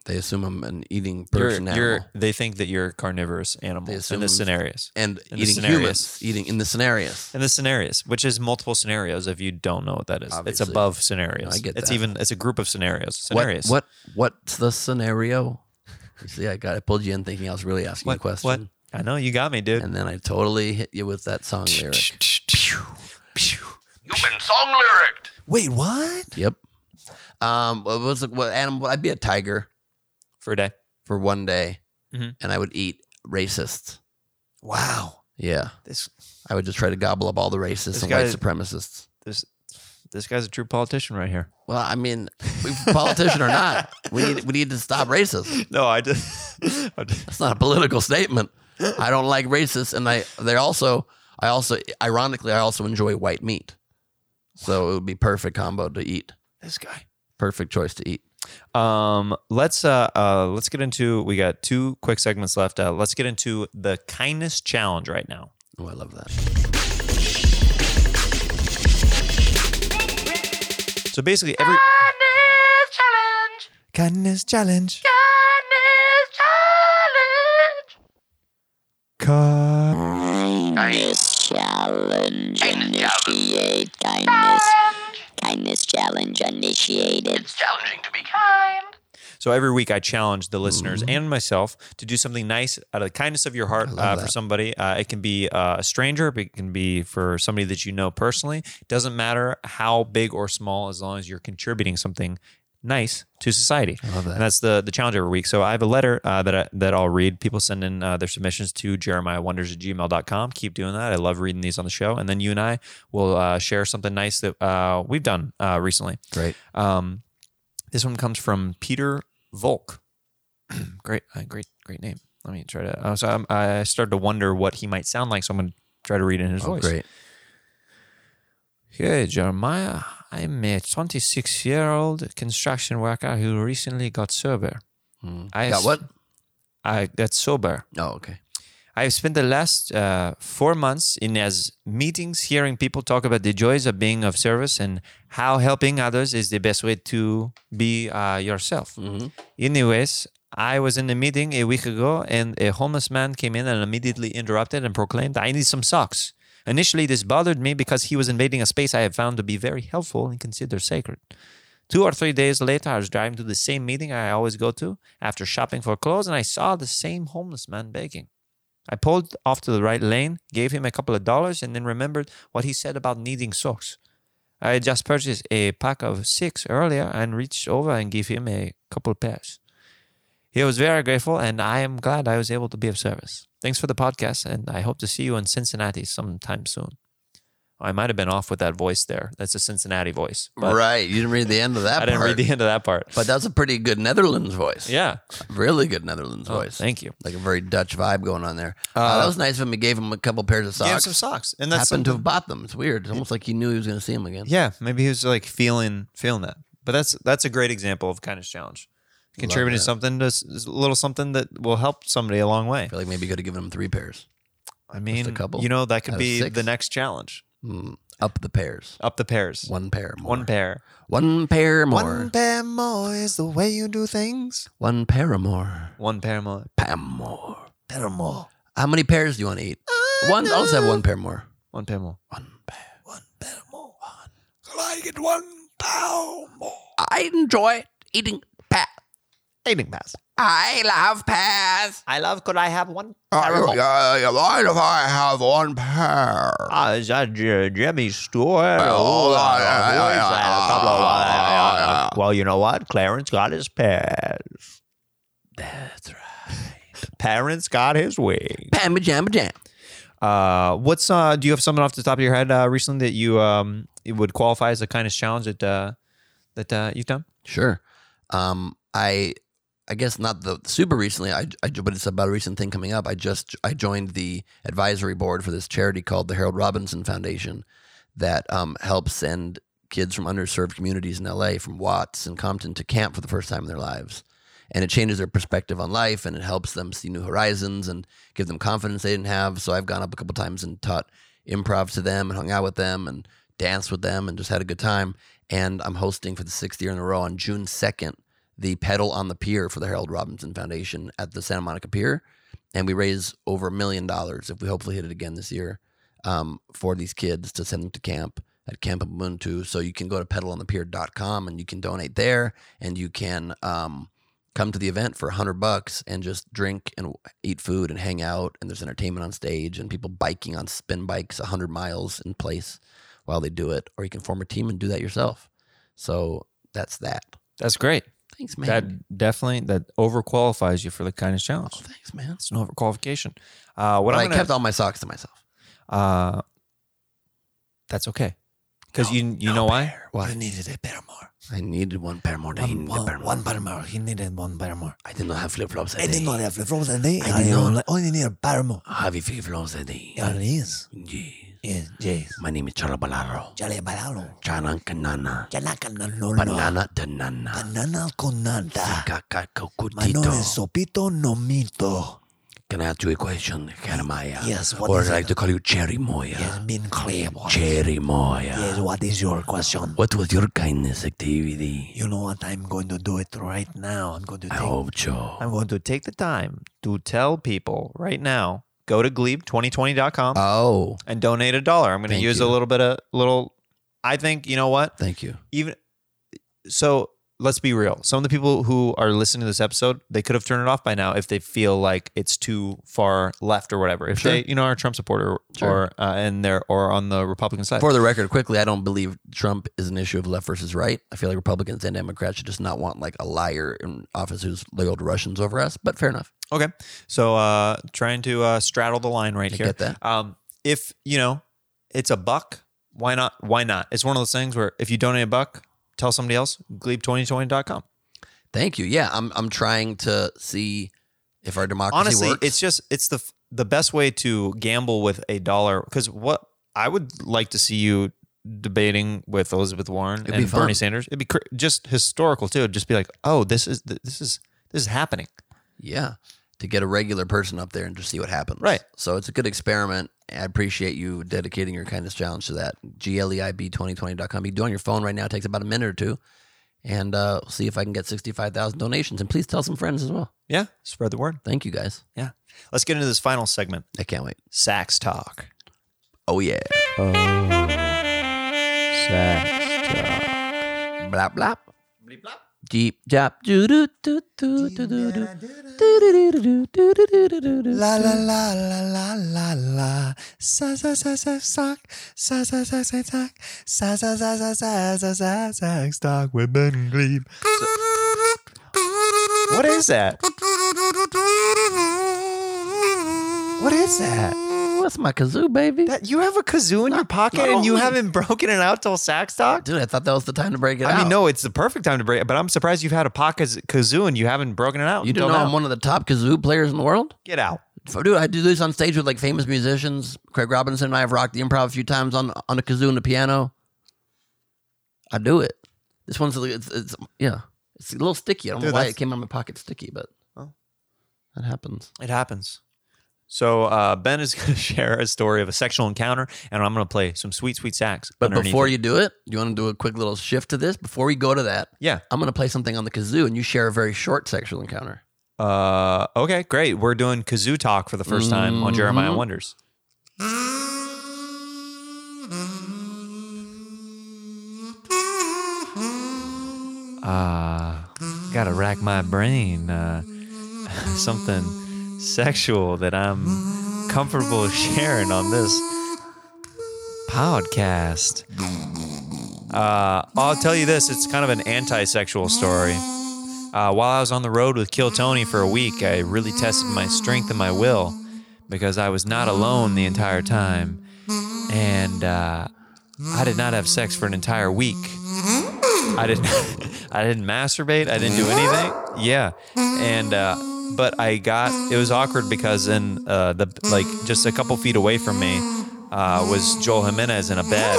Speaker 5: They assume I'm an eating
Speaker 4: You're-
Speaker 5: person
Speaker 4: you're-
Speaker 5: animal.
Speaker 4: they think that you're a carnivorous
Speaker 5: They
Speaker 4: animal in
Speaker 5: assume-
Speaker 4: the scenarios.
Speaker 5: and
Speaker 4: in the
Speaker 5: eating
Speaker 4: scenarios.
Speaker 5: humans, eating in the scenarios.
Speaker 4: In the scenarios, which is multiple scenarios. If you don't know what that is,
Speaker 5: Obviously.
Speaker 4: it's above scenarios.
Speaker 5: I get
Speaker 4: it's
Speaker 5: that.
Speaker 4: even it's a group of scenarios.
Speaker 5: What,
Speaker 4: Scenarios.
Speaker 5: what what's the scenario? You see, I got I pulled you in thinking I was really asking you a question,
Speaker 4: what? I know you got me, dude.
Speaker 5: and then I totally hit you with that song lyric.
Speaker 8: You've been song lyriced.
Speaker 4: Wait, what?
Speaker 5: Yep. Um, what was it? What animal? I'd be a tiger
Speaker 4: For a day.
Speaker 5: for one day,
Speaker 4: Mhm.
Speaker 5: and I would eat racists.
Speaker 4: Wow.
Speaker 5: Yeah,
Speaker 4: This
Speaker 5: I would just try to gobble up all the racists
Speaker 4: This
Speaker 5: and
Speaker 4: guy-
Speaker 5: white supremacists.
Speaker 4: this this guy's a true politician right here.
Speaker 5: Well, I mean, we, politician or not, we need we need to stop racism.
Speaker 4: No, I just I just-
Speaker 5: That's not a political statement. I don't like racists, and I they also I also ironically I also enjoy white meat, so it would be perfect combo to eat.
Speaker 4: this guy.
Speaker 5: Perfect choice to eat.
Speaker 4: Um, let's uh, uh, let's get into. We got two quick segments left. Uh, let's get into the kindness challenge right now.
Speaker 5: Oh, I love that.
Speaker 4: So basically, every kindness challenge. Kindness
Speaker 9: Kindness challenge initiate. Kindness. Kindness challenge initiated.
Speaker 8: It's challenging to be kind.
Speaker 4: So every week, I challenge the listeners and myself to do something nice out of the kindness of your heart uh, for somebody. Uh, it can be uh, a stranger, but it can be for somebody that you know personally. Doesn't matter how big or small, as long as you're contributing something nice to society. I love that. And that's the the challenge every week. So I have a letter uh, that I, that I'll read. People send in uh, their submissions to jeremiahwonders at gmail.com. Keep doing that. I love reading these on the show. And then you and I will uh, share something nice that uh, we've done uh, recently.
Speaker 5: Great.
Speaker 4: Um, this one comes from Peter Volk. great, uh, great, great name. Let me try to. Uh, so I'm, I started to wonder what he might sound like. So I'm going to try to read in his
Speaker 5: Oh,
Speaker 4: voice.
Speaker 5: great.
Speaker 4: Hey, Jeremiah. I'm a 26 year old construction worker who recently got sober.
Speaker 5: Mm.
Speaker 4: I
Speaker 5: Got
Speaker 4: s-
Speaker 5: what?
Speaker 4: I got sober.
Speaker 5: Oh, okay.
Speaker 4: I've spent the last uh, four months in as meetings hearing people talk about the joys of being of service and how helping others is the best way to be uh, yourself.
Speaker 5: Mm-hmm.
Speaker 4: Anyways, I was in a meeting a week ago and a homeless man came in and immediately interrupted and proclaimed, I need some socks. Initially, this bothered me because he was invading a space I have found to be very helpful and considered sacred. Two or three days later, I was driving to the same meeting I always go to after shopping for clothes and I saw the same homeless man begging. I pulled off to the right lane, gave him a couple of dollars, and then remembered what he said about needing socks. I had just purchased a pack of six earlier and reached over and gave him a couple pairs. He was very grateful, and I am glad I was able to be of service. Thanks for the podcast, and I hope to see you in Cincinnati sometime soon. I might have been off with that voice there. That's a Cincinnati voice. but
Speaker 5: right. You didn't read the end of that
Speaker 4: I didn't
Speaker 5: part.
Speaker 4: read the end of that part.
Speaker 5: but that's a pretty good Netherlands voice.
Speaker 4: yeah.
Speaker 5: Really good Netherlands
Speaker 4: Oh,
Speaker 5: voice.
Speaker 4: thank you.
Speaker 5: Like a very Dutch vibe going on there. Uh, that was nice of him. He gave him a couple pairs of socks.
Speaker 4: socks. And
Speaker 5: Happened to have bought them. It's weird. It's almost like he knew he was going to see him again.
Speaker 4: Yeah, maybe he was like feeling feeling that. But that's that's a great example of kindness challenge. Contributing
Speaker 5: that.
Speaker 4: something to s- s- a little something that will help somebody a long way.
Speaker 5: I feel like maybe you could have given him three pairs.
Speaker 4: I mean,
Speaker 5: a couple.
Speaker 4: you know, that
Speaker 5: Out
Speaker 4: could
Speaker 5: of
Speaker 4: be
Speaker 5: six.
Speaker 4: the next challenge.
Speaker 5: Mm, up the pairs.
Speaker 4: Up the pairs. One,
Speaker 5: One pair more.
Speaker 4: pair.
Speaker 5: One pair more.
Speaker 4: One pair more is the way you do things.
Speaker 5: One pair more.
Speaker 4: One pair more.
Speaker 5: Pair more.
Speaker 4: Pair more.
Speaker 5: How many pairs do you want to eat? One. I'll just have one pair more.
Speaker 4: One pair more.
Speaker 5: I enjoy eating pair.
Speaker 4: Eating pass.
Speaker 5: I love pears.
Speaker 4: I love. Could I have one?
Speaker 5: Oh, you mind if I have one pair?
Speaker 4: Ah, is that J- Jimmy Stewart? Oh,
Speaker 5: Oh, yeah,
Speaker 4: uh,
Speaker 5: yeah,
Speaker 4: who
Speaker 5: yeah,
Speaker 4: is that?
Speaker 5: yeah,
Speaker 4: A couple of-
Speaker 5: yeah,
Speaker 4: uh, uh, Well, you know what? Clarence got his pairs. That's right. Parents got his wings.
Speaker 5: Pam jam jam.
Speaker 4: Uh, what's uh, do you have something off the top of your head uh, recently that you um it would qualify as a kindness challenge that uh, that uh, you've done?
Speaker 5: Sure. Um, I I guess not the super recently. I, I but it's about a recent thing coming up. I just I joined the advisory board for this charity called the Harold Robinson Foundation that um, helps send kids from underserved communities in LA from Watts and Compton to camp for the first time in their lives. And it changes their perspective on life and it helps them see new horizons and give them confidence they didn't have. So I've gone up a couple times and taught improv to them and hung out with them and danced with them and just had a good time. And I'm hosting for the sixth year in a row on June 2nd the pedal on the pier for the Harold Robinson Foundation at the Santa Monica Pier. And we raise over a million dollars if we hopefully hit it again this year um, for these kids to send them to camp at Camp Ubuntu. So you can go to pedalonthepier.com and you can donate there and you can um, come to the event for a hundred bucks and just drink and eat food and hang out. And there's entertainment on stage and people biking on spin bikes a hundred miles in place while they do it. Or you can form a team and do that yourself. So that's that.
Speaker 4: That's great.
Speaker 5: Thanks, man.
Speaker 4: That definitely that overqualifies you for the kindness challenge.
Speaker 5: Oh, thanks, man.
Speaker 4: It's an overqualification. Uh, what I'm
Speaker 5: But I
Speaker 4: gonna-
Speaker 5: kept all my socks to myself.
Speaker 4: Uh, that's okay. Because you you know why?
Speaker 5: Why?
Speaker 4: needed a pair more.
Speaker 5: I needed one pair more. than he needed a pair more.
Speaker 4: pair more. He needed one pair more.
Speaker 5: I did not have flip flops. I
Speaker 4: did
Speaker 5: did
Speaker 4: not have the frozen day.
Speaker 5: I did not
Speaker 4: only need a pair more.
Speaker 5: have flip flops. I did.
Speaker 4: There it is.
Speaker 5: Yeah.
Speaker 4: Yes, yes.
Speaker 5: My name is Charo Balaro.
Speaker 1: Dale balalo.
Speaker 5: Charankanana.
Speaker 1: Yanaca no no no.
Speaker 5: Banana danana.
Speaker 1: Banana con nada. Manones
Speaker 5: Kakakokutito.
Speaker 1: sopito no mito.
Speaker 5: Can I ask you a question, Jeremiah?
Speaker 1: Yes, what
Speaker 5: Or
Speaker 1: is
Speaker 5: I like
Speaker 1: it?
Speaker 5: to call you Cherry Moya.
Speaker 1: Yes, been clear. boy.
Speaker 5: Cherry Moya.
Speaker 1: Yes, what is your question?
Speaker 5: What was your kindness activity?
Speaker 1: You know what? I'm going to do it right now. I'm going to
Speaker 5: I
Speaker 1: take
Speaker 5: hope so.
Speaker 4: I'm going to take the time to tell people right now go to glebe2020.com
Speaker 5: Oh,
Speaker 4: and donate a dollar. I'm going to
Speaker 5: Thank
Speaker 4: use a
Speaker 5: you.
Speaker 4: little bit of little. I think, you know what?
Speaker 5: thank you.
Speaker 4: even so let's be real some of the people who are listening to this episode they could have turned it off by now if they feel like it's too far left or whatever if
Speaker 5: Sure.
Speaker 4: they you know are a trump supporter
Speaker 5: Sure.
Speaker 4: or uh, and they're or on the republican side
Speaker 5: For the record, quickly, I don't believe Trump is an issue of left versus right. I feel like Republicans and Democrats should just not want like a liar in office who's loyal to Russians over us. But fair enough.
Speaker 4: okay so uh trying to uh straddle the line right
Speaker 5: I
Speaker 4: here
Speaker 5: get that.
Speaker 4: um if you know it's a buck why not why not it's one of those things where if you donate a buck tell somebody else glebe2020.com
Speaker 5: Thank you. Yeah, I'm I'm trying to see if our democracy
Speaker 4: honestly
Speaker 5: works.
Speaker 4: it's just it's the the best way to gamble with a dollar because what i would like to see you debating with elizabeth warren
Speaker 5: It'd be
Speaker 4: and bernie
Speaker 5: fun.
Speaker 4: sanders it'd be cr- just historical too It'd just be like oh this is this is this is happening
Speaker 5: yeah to get a regular person up there and just see what happens.
Speaker 4: Right.
Speaker 5: So it's a good experiment. I appreciate you dedicating your kindness challenge to that. E GLEIB2020.com. You can do it on your phone right now. It takes about a minute or two. And uh, see if I can get 65,000 donations. And please tell some friends as well.
Speaker 4: yeah spread the word
Speaker 5: Thank you guys.
Speaker 4: let's get into this final segment
Speaker 5: I can't wait.
Speaker 4: sax talk
Speaker 5: Oh, yeah. blap blap deep jap doo doo doo doo doo doo doo doo doo doo doo doo doo doo
Speaker 1: La la la la la la la. Sa sa sa sa sock. Sa sa sa sa sock. Sa sa sa sa sa sa sa sa stock with Ben Glebe.
Speaker 4: what is that
Speaker 1: What is that?
Speaker 5: that's my kazoo baby
Speaker 4: that you have a kazoo in your pocket and you haven't broken it out till sax talk
Speaker 5: dude I thought that was the time to break it out
Speaker 4: I mean, no, it's the perfect time to break. But I'm surprised you've had a pocket kazoo and you haven't broken it out.
Speaker 5: you
Speaker 4: until
Speaker 5: didn't know
Speaker 4: now.
Speaker 5: I'm one of the top kazoo players in the world
Speaker 4: Get out.
Speaker 5: F- dude I do this on stage with like famous musicians Craig Robinson and I have rocked the improv a few times on on a kazoo and a piano I do it this one's it's, it's yeah it's a little sticky I don't
Speaker 4: Dude,
Speaker 5: know why
Speaker 4: that's-
Speaker 5: it came out of my pocket sticky but
Speaker 4: Oh.
Speaker 5: that happens
Speaker 4: It happens. So uh, Ben is going to share a story of a sexual encounter, and I'm going to play some sweet, sweet sax.
Speaker 5: But
Speaker 4: underneath
Speaker 5: before
Speaker 4: it.
Speaker 5: you do it, you want to do a quick little shift to this. Before we go to that,
Speaker 4: yeah,
Speaker 5: I'm going to play something on the kazoo, and you share a very short sexual encounter.
Speaker 4: uh, okay, great. We're doing kazoo talk for the 1st time on Jeremiah Wonders. Uh, gotta rack my brain. Uh, something sexual that I'm comfortable sharing on this podcast. Uh, I'll tell you this it's kind of an anti sexual story. Uh, while I was on the road with Kill Tony for a week, I really tested my strength and my will. because I was not alone the entire time, and uh, I did not have sex for an entire week. I didn't, I didn't masturbate. I didn't do anything. Yeah, and uh, but I got it was awkward because in uh, the like just a couple feet away from me uh, was Joel Jimenez in a bed.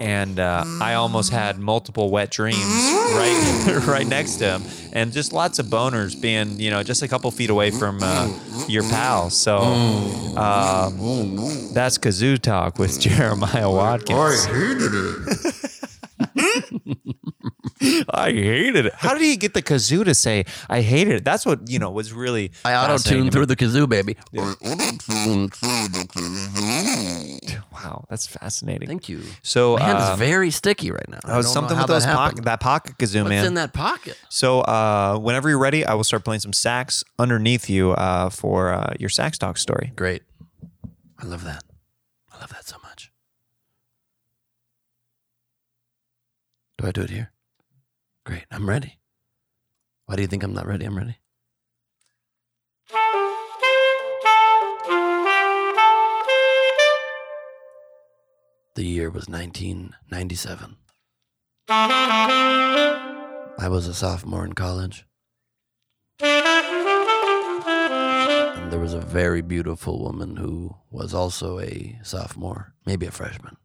Speaker 4: And uh, I almost had multiple wet dreams right, right next to him, and just lots of boners being, you know, just a couple feet away from uh, your pal. So um, that's kazoo talk with Jeremiah Watkins. I hated it. How did he get the kazoo to say I hated it? That's what you know was really.
Speaker 5: I auto
Speaker 4: fascinating
Speaker 5: tune
Speaker 4: to me.
Speaker 5: through the kazoo, baby.
Speaker 4: Wow, that's fascinating.
Speaker 5: Thank you.
Speaker 4: So
Speaker 5: My hand
Speaker 4: uh,
Speaker 5: is very sticky right now.
Speaker 4: that was something with those pocket, that pocket kazoo,
Speaker 5: What's
Speaker 4: man.
Speaker 5: in that pocket?
Speaker 4: So uh, whenever you're ready, I will start playing some sax underneath you uh, for uh, your sax talk story.
Speaker 5: Great. I love that. I love that so much. Do I do it here? Great. I'm ready. Why do you think I'm not ready? I'm ready. The year was 1997. I was a sophomore in college. And there was a very beautiful woman who was also a sophomore, maybe a freshman.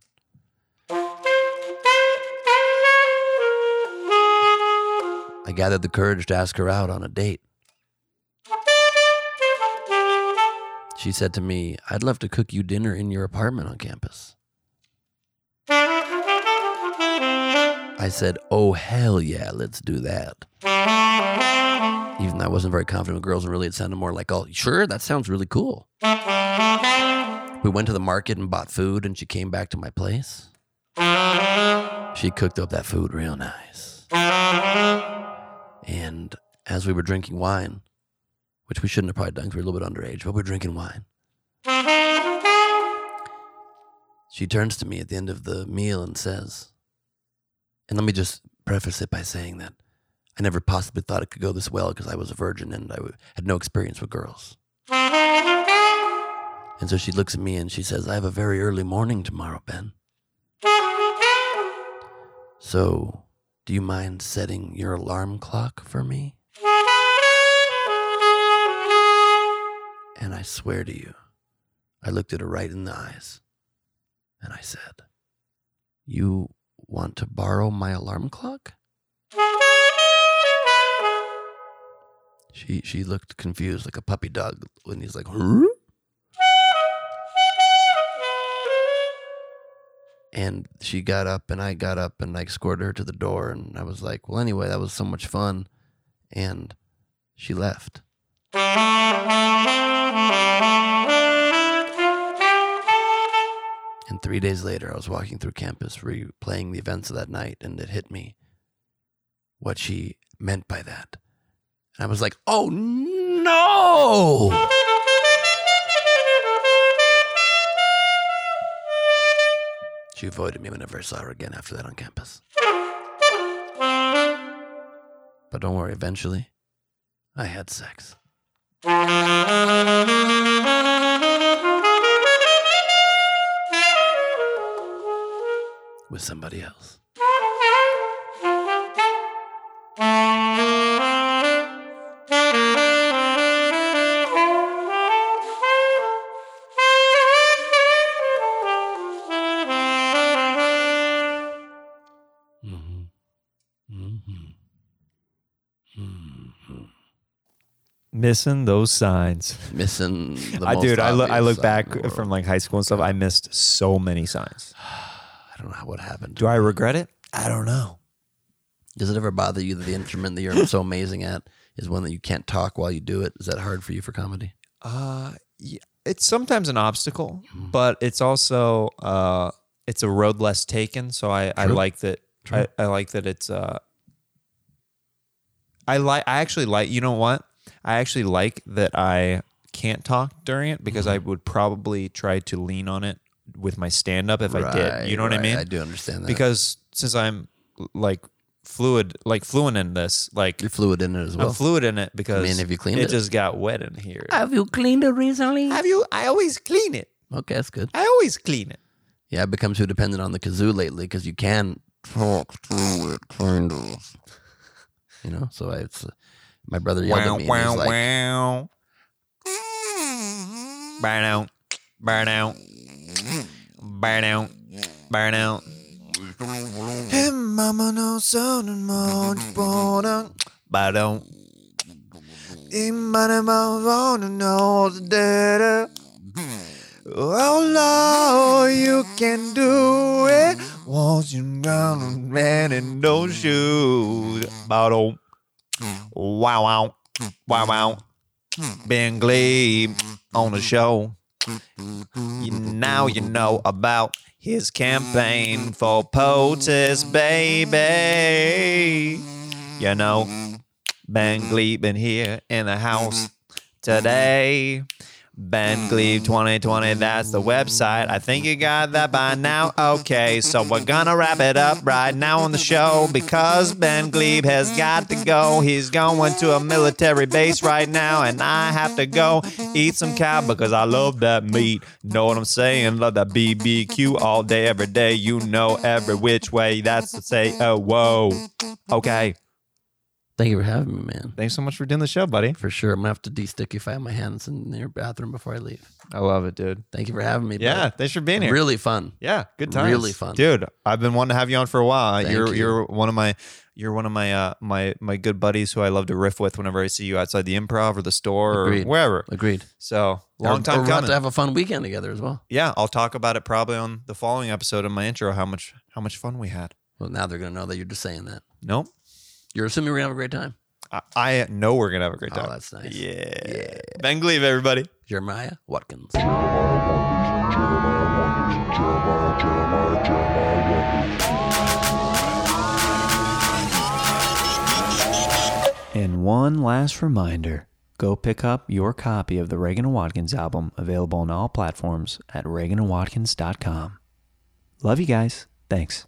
Speaker 5: I gathered the courage to ask her out on a date. She said to me, I'd love to cook you dinner in your apartment on campus. I said, Oh, hell yeah, let's do that. Even though I wasn't very confident with girls, and really it sounded more like, Oh, sure, that sounds really cool. We went to the market and bought food, and she came back to my place. She cooked up that food real nice. And as we were drinking wine, which we shouldn't have probably done because we were a little bit underage, but we we're drinking wine. She turns to me at the end of the meal and says, and let me just preface it by saying that I never possibly thought it could go this well because I was a virgin and I w- had no experience with girls. And so she looks at me and she says, I have a very early morning tomorrow, Ben. So, do you mind setting your alarm clock for me? And I swear to you, I looked at her right in the eyes and I said, You want to borrow my alarm clock? She, she looked confused like a puppy dog when he's like, huh? and she got up and I got up and I escorted her to the door and I was like, well, anyway, that was so much fun, and she left. And three days later, I was walking through campus, replaying the events of that night, and it hit me what she meant by that. And I was like, oh no! She avoided me whenever I saw her again after that on campus. But don't worry, eventually, I had sex. With somebody else. Mm-hmm. Mm-hmm. Mm-hmm.
Speaker 4: Missing those signs.
Speaker 5: Missing the
Speaker 4: I
Speaker 5: most
Speaker 4: dude, I look I
Speaker 5: obvious
Speaker 4: look
Speaker 5: sign
Speaker 4: back
Speaker 5: in the world.
Speaker 4: from like high school and stuff. I missed so many signs.
Speaker 5: I don't know what happened.
Speaker 4: Do I regret it? I don't know.
Speaker 5: Does it ever bother you that the instrument that you're so amazing at is one that you can't talk while you do it? Is that hard for you for comedy?
Speaker 4: Uh, yeah, it's sometimes an obstacle,
Speaker 5: Mm-hmm.
Speaker 4: but it's also uh, it's a road less taken. So I, I
Speaker 5: True.
Speaker 4: like that. I, I like that it's uh, I like I actually like you know what I actually like that I can't talk during it because
Speaker 5: Mm-hmm.
Speaker 4: I would probably try to lean on it with my stand up if I did. You know what I
Speaker 5: Right,
Speaker 4: mean?
Speaker 5: I do understand that.
Speaker 4: because since I'm like fluid, like fluent in this. Like
Speaker 5: You're fluid in it as well.
Speaker 4: I'm fluid in it because
Speaker 5: I mean, have you cleaned it?
Speaker 4: just got wet in here.
Speaker 5: Have you cleaned it recently?
Speaker 4: Have you? I always clean it.
Speaker 5: Okay, that's good.
Speaker 4: I always clean it.
Speaker 5: Yeah, I've become too dependent on the kazoo lately because you can talk through it, kind of. You know, so I, it's, my brother yelled at me. and he's like,
Speaker 4: wow. Burn out. Burn out. Burn out. Burn out. Hey, mama, no son and more. Burn out. Hey, mama, no son and more. Dead. Oh, Lord, you can do it. Once you down a man in no shoes. Bottle. Wow, wow. Wow, wow. Ben Glebe on the show. You- now you know about his campaign for POTUS, baby. You know, Ben Glebe in here in the house today. Ben Glebe 2020, that's the website. I think you got that by now. Okay, so we're gonna wrap it up right now on the show because Ben Glebe has got to go. He's going to a military base right now, and I have to go eat some cow because I love that meat. Know what I'm saying? Love that BBQ all day, every day. You know, every which way. That's to say, oh, whoa. Okay.
Speaker 5: Thank you for having me, man.
Speaker 4: Thanks so much for doing the show, buddy.
Speaker 5: For sure. I'm going to have to de-stickify my hands in your bathroom before I leave.
Speaker 4: I love it, dude.
Speaker 5: Thank you for having me.
Speaker 4: Yeah,
Speaker 5: bud.
Speaker 4: thanks for being here.
Speaker 5: Really fun.
Speaker 4: Yeah, good times.
Speaker 5: Really fun.
Speaker 4: dude. I've been wanting to have you on for a while.
Speaker 5: Thank
Speaker 4: you're
Speaker 5: you.
Speaker 4: you. are you are one of my you're one of my uh, my my good buddies who I love to riff with whenever I see you outside the improv or the store
Speaker 5: Agreed.
Speaker 4: or wherever.
Speaker 5: Agreed.
Speaker 4: So long
Speaker 5: We're-
Speaker 4: time
Speaker 5: we're about
Speaker 4: coming.
Speaker 5: to have a fun weekend together as well.
Speaker 4: yeah, I'll talk about it probably on the following episode of my intro. How much how much fun we had.
Speaker 5: Well, now they're going to know that you're just saying that.
Speaker 4: Nope.
Speaker 5: You're assuming we're going to have a great time.
Speaker 4: I, I know we're gonna have a great
Speaker 5: Oh,
Speaker 4: time.
Speaker 5: that's nice.
Speaker 4: yeah. Ben Glebe, everybody.
Speaker 5: Jeremiah Watkins.
Speaker 1: And one last reminder go pick up your copy of the Reagan and Watkins album, available on all platforms at reaganandwatkins.com. Love you guys. Thanks.